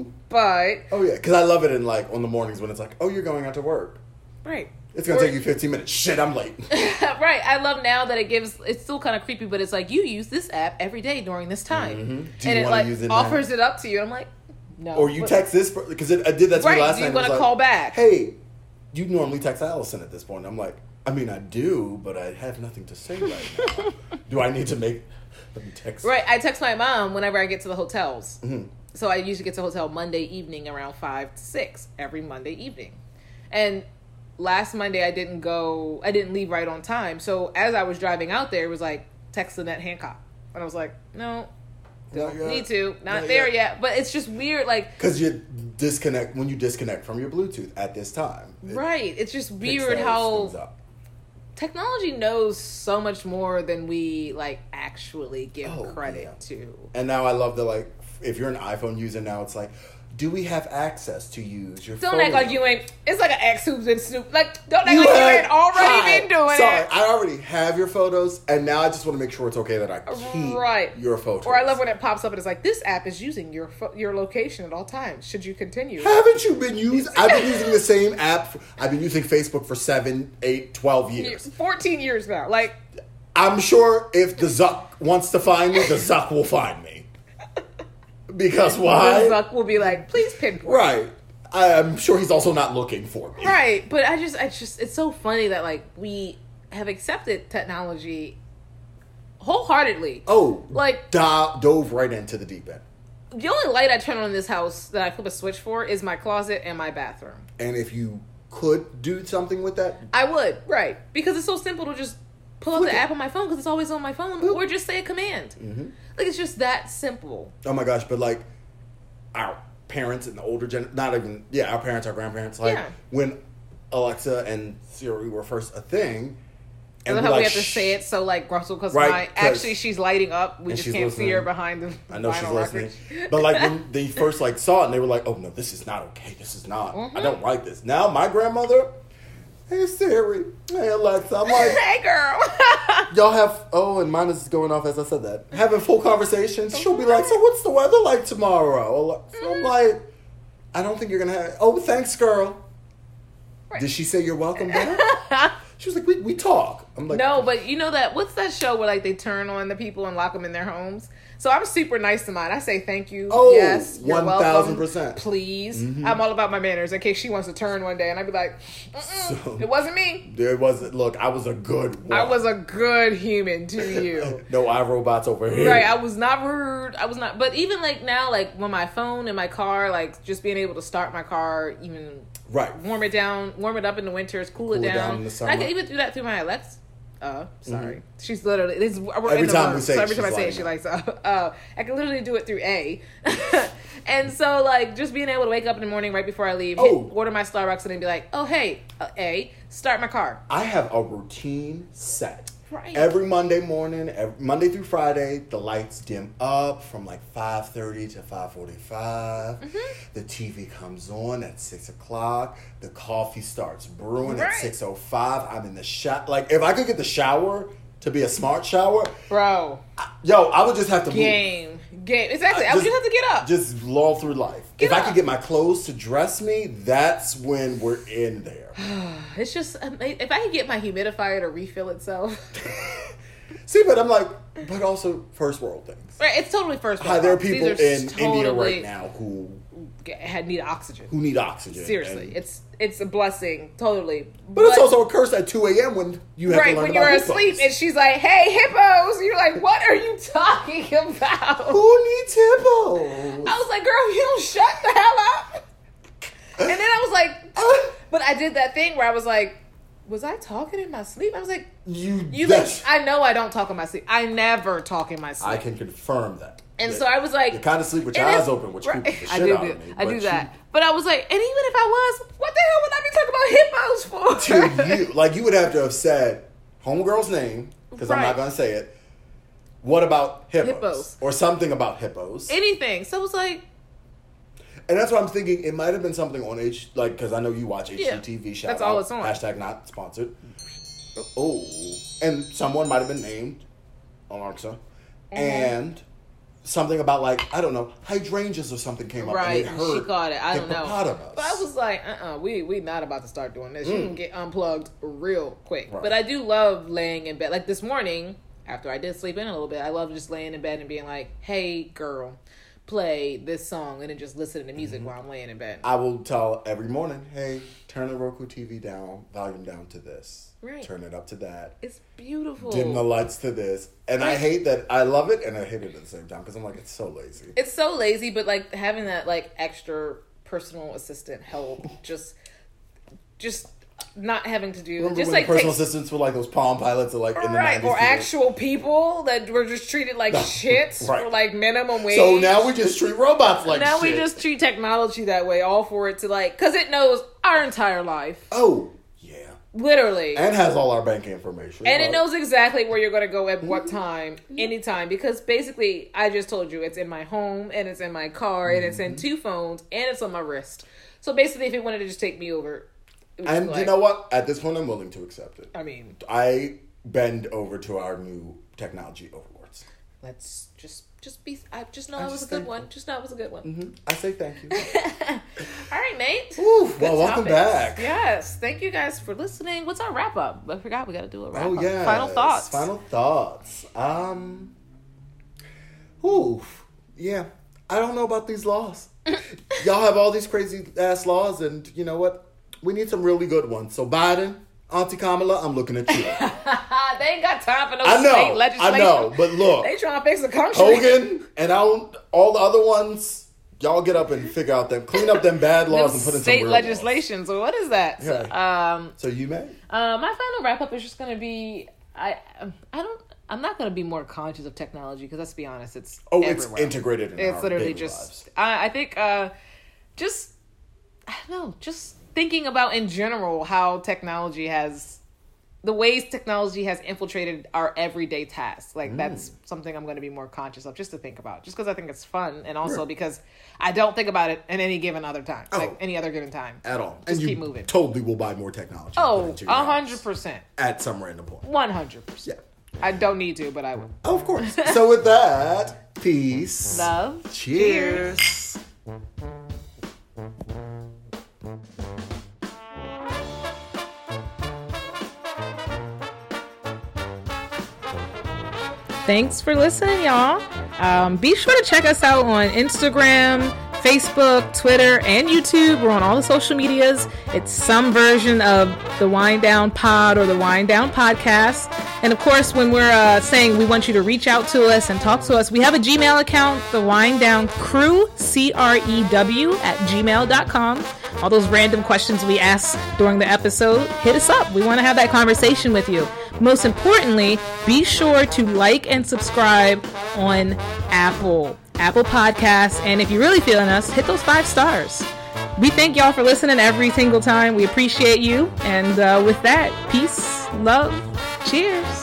Speaker 1: Do.
Speaker 2: but.
Speaker 1: Oh yeah, because I love it in like on the mornings when it's like, "Oh, you're going out to work.
Speaker 2: Right.
Speaker 1: It's gonna
Speaker 2: Or-
Speaker 1: take you 15 minutes. Shit, I'm late."
Speaker 2: right. I love now that it gives, it's still kind of creepy, but it's like, you use this app every day during this time.
Speaker 1: Mm-hmm. Do you
Speaker 2: and it
Speaker 1: wanna
Speaker 2: like
Speaker 1: use it now?
Speaker 2: offers it up to you. I'm like, no.
Speaker 1: Or you
Speaker 2: What-
Speaker 1: text this because I did that to
Speaker 2: Right,
Speaker 1: me last
Speaker 2: do you
Speaker 1: night.
Speaker 2: wanna
Speaker 1: I was like,
Speaker 2: call back?
Speaker 1: Hey, you normally text Allison at this point. I'm like, I mean, I do, but I have nothing to say right now. do I need to make? Let me text.
Speaker 2: Right. I text my mom whenever I get to the hotels.
Speaker 1: Mm-hmm.
Speaker 2: So I usually get to the hotel Monday evening around five to six every Monday evening. And last Monday I didn't go. I didn't leave right on time. So as I was driving out there, it was like text Lynette Hancock, and I was like, no,
Speaker 1: Not
Speaker 2: don't
Speaker 1: yet.
Speaker 2: need to, not,
Speaker 1: Not
Speaker 2: there
Speaker 1: yet.
Speaker 2: yet. But it's just weird, like.
Speaker 1: Because you disconnect when you disconnect from your Bluetooth at this time. It
Speaker 2: Right, it's just
Speaker 1: picks
Speaker 2: weird
Speaker 1: those
Speaker 2: how
Speaker 1: things up.
Speaker 2: technology knows so much more than we like actually give
Speaker 1: Oh,
Speaker 2: credit
Speaker 1: yeah.
Speaker 2: to.
Speaker 1: And now I love that. Like, if you're an iPhone user now, it's like, do we have access to use your?
Speaker 2: Don't
Speaker 1: phone?
Speaker 2: act like you ain't. It's like an ex who's been snoop. Like, don't act
Speaker 1: Oh. You
Speaker 2: like you
Speaker 1: had-
Speaker 2: ain't already
Speaker 1: Hi.
Speaker 2: been doing
Speaker 1: Sorry,
Speaker 2: it.
Speaker 1: I already have your photos, and now I just want to make sure it's okay that I keep
Speaker 2: Right.
Speaker 1: your photos.
Speaker 2: Or I love when it pops up and it's like, this app is using your fo- your location at all times. Should you continue?
Speaker 1: Haven't you been using? I've been using the same app. For, I've been using Facebook for seven, eight, twelve years.
Speaker 2: Fourteen years now. Like,
Speaker 1: I'm sure if the Zuck wants to find me, the Zuck will find me. Because
Speaker 2: Lil
Speaker 1: why?
Speaker 2: Zuck will be like, please pinpoint.
Speaker 1: Right. I- I'm sure he's also not looking for me.
Speaker 2: Right, but I just, I just, it's so funny that like we have accepted technology wholeheartedly.
Speaker 1: Oh,
Speaker 2: like
Speaker 1: do- dove right into the deep end.
Speaker 2: the only light I turn on in this house that I flip a switch for is my closet and my bathroom.
Speaker 1: And if you could do something with that,
Speaker 2: I would, right. Because it's so simple to just pull up
Speaker 1: Flick
Speaker 2: the
Speaker 1: it. Mm-hmm.
Speaker 2: app on my phone because it's always on my phone or just say a command. Like, it's just that simple.
Speaker 1: Oh my gosh, but like our parents and the older gen, not even yeah, our parents, our grandparents, like
Speaker 2: Yeah.
Speaker 1: when Alexa and Siri were first a thing.
Speaker 2: I love
Speaker 1: we're
Speaker 2: how we
Speaker 1: like,
Speaker 2: have to
Speaker 1: "Shh."
Speaker 2: say it so like Russell because
Speaker 1: Right,
Speaker 2: my
Speaker 1: 'cause-
Speaker 2: actually she's lighting up. We
Speaker 1: And
Speaker 2: just
Speaker 1: she's
Speaker 2: can't see her
Speaker 1: listening.
Speaker 2: behind the.
Speaker 1: I know she's
Speaker 2: vinyl
Speaker 1: listening,
Speaker 2: record.
Speaker 1: but like when they first like saw it, and they were like, "Oh no, this is not okay. This is not.
Speaker 2: Mm-hmm.
Speaker 1: I don't like this." Now my grandmother, hey Siri, hey Alexa, I'm like,
Speaker 2: hey girl.
Speaker 1: Y'all have oh, and mine is going off as I said that. Having full conversations, she'll be like, "So what's the weather like tomorrow?" Or like- So
Speaker 2: Mm-hmm.
Speaker 1: I'm like, "I don't think you're gonna have." Oh, thanks, girl.
Speaker 2: Right.
Speaker 1: Did she say you're welcome back? she was like, "We we talk." I'm like,
Speaker 2: no, but you know that what's that show where like they turn on the people and lock them in their homes? So I'm super nice to mine. I say thank you.
Speaker 1: Oh,
Speaker 2: yes, you're
Speaker 1: 1000%.
Speaker 2: welcome. Please,
Speaker 1: Mm-hmm.
Speaker 2: I'm all about my manners. In case she wants to turn one day, and I'd be like, Mm-mm,
Speaker 1: So-
Speaker 2: it wasn't me.
Speaker 1: There wasn't. Look, I was a good. One.
Speaker 2: I was a good human to you.
Speaker 1: No, I robots over here.
Speaker 2: Right, I was not rude. I was not, but even like now, like when my phone in my car, like just being able to start my car, even
Speaker 1: right.
Speaker 2: warm it down, warm it up in the winters, cool, it
Speaker 1: Cool it
Speaker 2: down.
Speaker 1: down in the summer. Mm-hmm.
Speaker 2: I can even do that through my Alexa. Uh, sorry, she's literally. It's, we're
Speaker 1: Every
Speaker 2: in the
Speaker 1: time we
Speaker 2: month,
Speaker 1: say
Speaker 2: so
Speaker 1: it,
Speaker 2: every time I
Speaker 1: she's
Speaker 2: say
Speaker 1: like-
Speaker 2: it, she likes. Uh, uh, I can literally do it through A, and so like just being able to wake up in the morning right before I leave, hit-
Speaker 1: Oh.
Speaker 2: order my Starbucks, and then be like, oh hey, uh, A, start my car.
Speaker 1: I have a routine set.
Speaker 2: Right.
Speaker 1: Every Monday morning, ev Monday through Friday, the lights dim up from like five thirty to five
Speaker 2: Mm-hmm.
Speaker 1: The TV comes on at six o'clock. The coffee starts brewing at
Speaker 2: Right.
Speaker 1: six o five. I'm in the shower. Like if I could get the shower to be a smart shower,
Speaker 2: Bro,
Speaker 1: yo, I would just have to move.
Speaker 2: game, game. Exactly. I,
Speaker 1: Uh,
Speaker 2: would
Speaker 1: Just-
Speaker 2: just have to get up.
Speaker 1: Just law through life.
Speaker 2: Get
Speaker 1: if I
Speaker 2: up.
Speaker 1: could get my clothes to dress me, that's when we're in there.
Speaker 2: It's just um, if I could get my humidifier to refill itself.
Speaker 1: See, but I'm like, but also first world things.
Speaker 2: Right, it's totally first.
Speaker 1: Hi,
Speaker 2: world
Speaker 1: there are
Speaker 2: problems.
Speaker 1: people
Speaker 2: These
Speaker 1: in
Speaker 2: are
Speaker 1: India
Speaker 2: totally-
Speaker 1: right now who
Speaker 2: g- Had need oxygen.
Speaker 1: who need oxygen.
Speaker 2: Seriously,
Speaker 1: and-
Speaker 2: it's it's a blessing, totally.
Speaker 1: but it's also a curse at two a.m. when you have to
Speaker 2: right
Speaker 1: learn
Speaker 2: when
Speaker 1: about
Speaker 2: you're
Speaker 1: hippos.
Speaker 2: asleep and she's like, "Hey, hippos!" You're like, "What are you talking about?"
Speaker 1: who needs hippos?
Speaker 2: I was like, "Girl, you don't shut the hell up." And then I was
Speaker 1: Ah,
Speaker 2: like, "But I did that thing where I was like, was I talking in my sleep?" I was like,
Speaker 1: you
Speaker 2: "You
Speaker 1: yes,
Speaker 2: like, I know I don't talk in my sleep. I never talk in my sleep."
Speaker 1: I, can confirm that.
Speaker 2: And
Speaker 1: Yeah.
Speaker 2: so I was like,
Speaker 1: you kind of sleep with your
Speaker 2: and
Speaker 1: eyes
Speaker 2: it's-
Speaker 1: open, which
Speaker 2: right,
Speaker 1: creeps the shit
Speaker 2: I do
Speaker 1: out
Speaker 2: do,
Speaker 1: of me.
Speaker 2: I
Speaker 1: but
Speaker 2: do that. But I was like, and even if I was, what the hell would I be talking about hippos for?
Speaker 1: You, to you, like you would have to have said homegirl's name because I'm
Speaker 2: Right.
Speaker 1: not going to say it. What about hippos?
Speaker 2: Hippos.
Speaker 1: or something about hippos?
Speaker 2: Anything. So I was like,
Speaker 1: And that's what I'm thinking. It might have been something on H, like because I know you watch
Speaker 2: Yeah.
Speaker 1: HGTV. Shout
Speaker 2: That's
Speaker 1: out.
Speaker 2: all it's on.
Speaker 1: Hashtag not sponsored. Oh, and someone might have been named on Alexa,
Speaker 2: Mm-hmm.
Speaker 1: and something about like I don't know hydrangeas or something came
Speaker 2: right,
Speaker 1: up. and
Speaker 2: and
Speaker 1: it
Speaker 2: she
Speaker 1: hurt
Speaker 2: caught it. I don't know.
Speaker 1: hippopotamus. Mm.
Speaker 2: But I was like, uh, uh we we not about to start doing this. You can get unplugged real quick.
Speaker 1: Right.
Speaker 2: But I do love laying in bed. Like this morning, after I did sleep in a little bit, I love just laying in bed and being like, hey girl, play this song, and then just listening to music while I'm laying in bed.
Speaker 1: Mm-hmm. I will tell every morning, hey, turn the Roku TV down, volume down to this,
Speaker 2: Right.
Speaker 1: turn it up to that.
Speaker 2: it's beautiful.
Speaker 1: Dim the lights to this, and I hate that. I love it and I hate it at the same time because I'm like, it's so lazy.
Speaker 2: it's so lazy but like having that like extra personal assistant help just just not having to do
Speaker 1: Remember
Speaker 2: just
Speaker 1: when
Speaker 2: like
Speaker 1: the personal
Speaker 2: takes,
Speaker 1: assistants were like those palm pilots or like in the
Speaker 2: right
Speaker 1: 90s?
Speaker 2: or
Speaker 1: too.
Speaker 2: actual people that were just treated like shit
Speaker 1: Right.
Speaker 2: for like minimum wage
Speaker 1: So now we just treat robots like
Speaker 2: now
Speaker 1: shit.
Speaker 2: we just treat technology that way all for it to like because it knows our entire life
Speaker 1: Oh, yeah.
Speaker 2: literally
Speaker 1: And uh, has all our bank information.
Speaker 2: and it
Speaker 1: Like,
Speaker 2: knows exactly where you're going to go at what
Speaker 1: Mm-hmm.
Speaker 2: time anytime because basically i just told you it's in my home and it's in my car and it's in
Speaker 1: Mm-hmm.
Speaker 2: two phones and it's on my wrist so basically if it wanted to just take me over it would just
Speaker 1: And
Speaker 2: be
Speaker 1: you
Speaker 2: like-
Speaker 1: know what? At this point, I'm willing to accept it.
Speaker 2: i mean
Speaker 1: I bend over to our new technology overlords.
Speaker 2: let's just just be i just know i, was
Speaker 1: just Mm-hmm.
Speaker 2: a good
Speaker 1: thankful.
Speaker 2: one just know i was a good one
Speaker 1: I say thank you.
Speaker 2: All right mate
Speaker 1: Ooh,
Speaker 2: Good
Speaker 1: well, welcome
Speaker 2: topics.
Speaker 1: back.
Speaker 2: yes thank you guys for listening what's our wrap up i forgot we got to do a wrap
Speaker 1: Oh
Speaker 2: up
Speaker 1: yeah.
Speaker 2: final thoughts
Speaker 1: Final thoughts. Um. Ooh, yeah. I don't know about these laws. Y'all have all these crazy ass laws, and you know what? We need some really good ones. So Biden, Auntie Kamala, I'm looking at you.
Speaker 2: Uh, they ain't got time for no
Speaker 1: I
Speaker 2: state
Speaker 1: know.
Speaker 2: legislation
Speaker 1: I know. But look,
Speaker 2: they trying to fix the country
Speaker 1: Hogan and I don't, all the other ones. Y'all get up and figure out them, clean up them bad laws, and put in some
Speaker 2: state
Speaker 1: real
Speaker 2: legislation. So what is that? So, um,
Speaker 1: Laws. So you may.
Speaker 2: uh, my final wrap up is just going to be I I don't I'm not going to be more conscious of technology because let's be honest, it's
Speaker 1: Oh, it's
Speaker 2: everywhere.
Speaker 1: integrated in
Speaker 2: It's
Speaker 1: our
Speaker 2: literally
Speaker 1: daily
Speaker 2: just
Speaker 1: lives.
Speaker 2: I, I think uh, just I don't know, just thinking about in general how technology has the ways technology has infiltrated our everyday tasks. Like
Speaker 1: Mm.
Speaker 2: that's something I'm going to be more conscious of just to think about. Just cuz I think it's fun and also
Speaker 1: Sure.
Speaker 2: because I don't think about it in any given other time.
Speaker 1: Oh.
Speaker 2: Like any other given time.
Speaker 1: at all.
Speaker 2: Just
Speaker 1: and you
Speaker 2: keep moving.
Speaker 1: totally will buy more technology. and put
Speaker 2: Oh,
Speaker 1: into your house
Speaker 2: 100%.
Speaker 1: At some random point.
Speaker 2: 100%.
Speaker 1: Yeah.
Speaker 2: I don't need to, but I will.
Speaker 1: Oh, of course. so with that, peace.
Speaker 2: Love.
Speaker 1: Cheers.
Speaker 2: Thanks for listening, y'all. Um, be sure to check us out on Instagram, Facebook, Twitter, and YouTube. We're on all the social medias. It's some version of the Wind Down Pod or the Wind Down Podcast. And of course, when we're uh, saying we want you to reach out to us and talk to us, we have a Gmail account, the Wind Down Crew, C R E W, at gmail.com. All those random questions we ask during the episode, hit us up. We want to have that conversation with you. Most importantly, be sure to like and subscribe on Apple, Apple Podcasts, and if you're really feeling us, hit those five stars. We thank y'all for listening every single time. We appreciate you. And uh, with that, peace, love, cheers.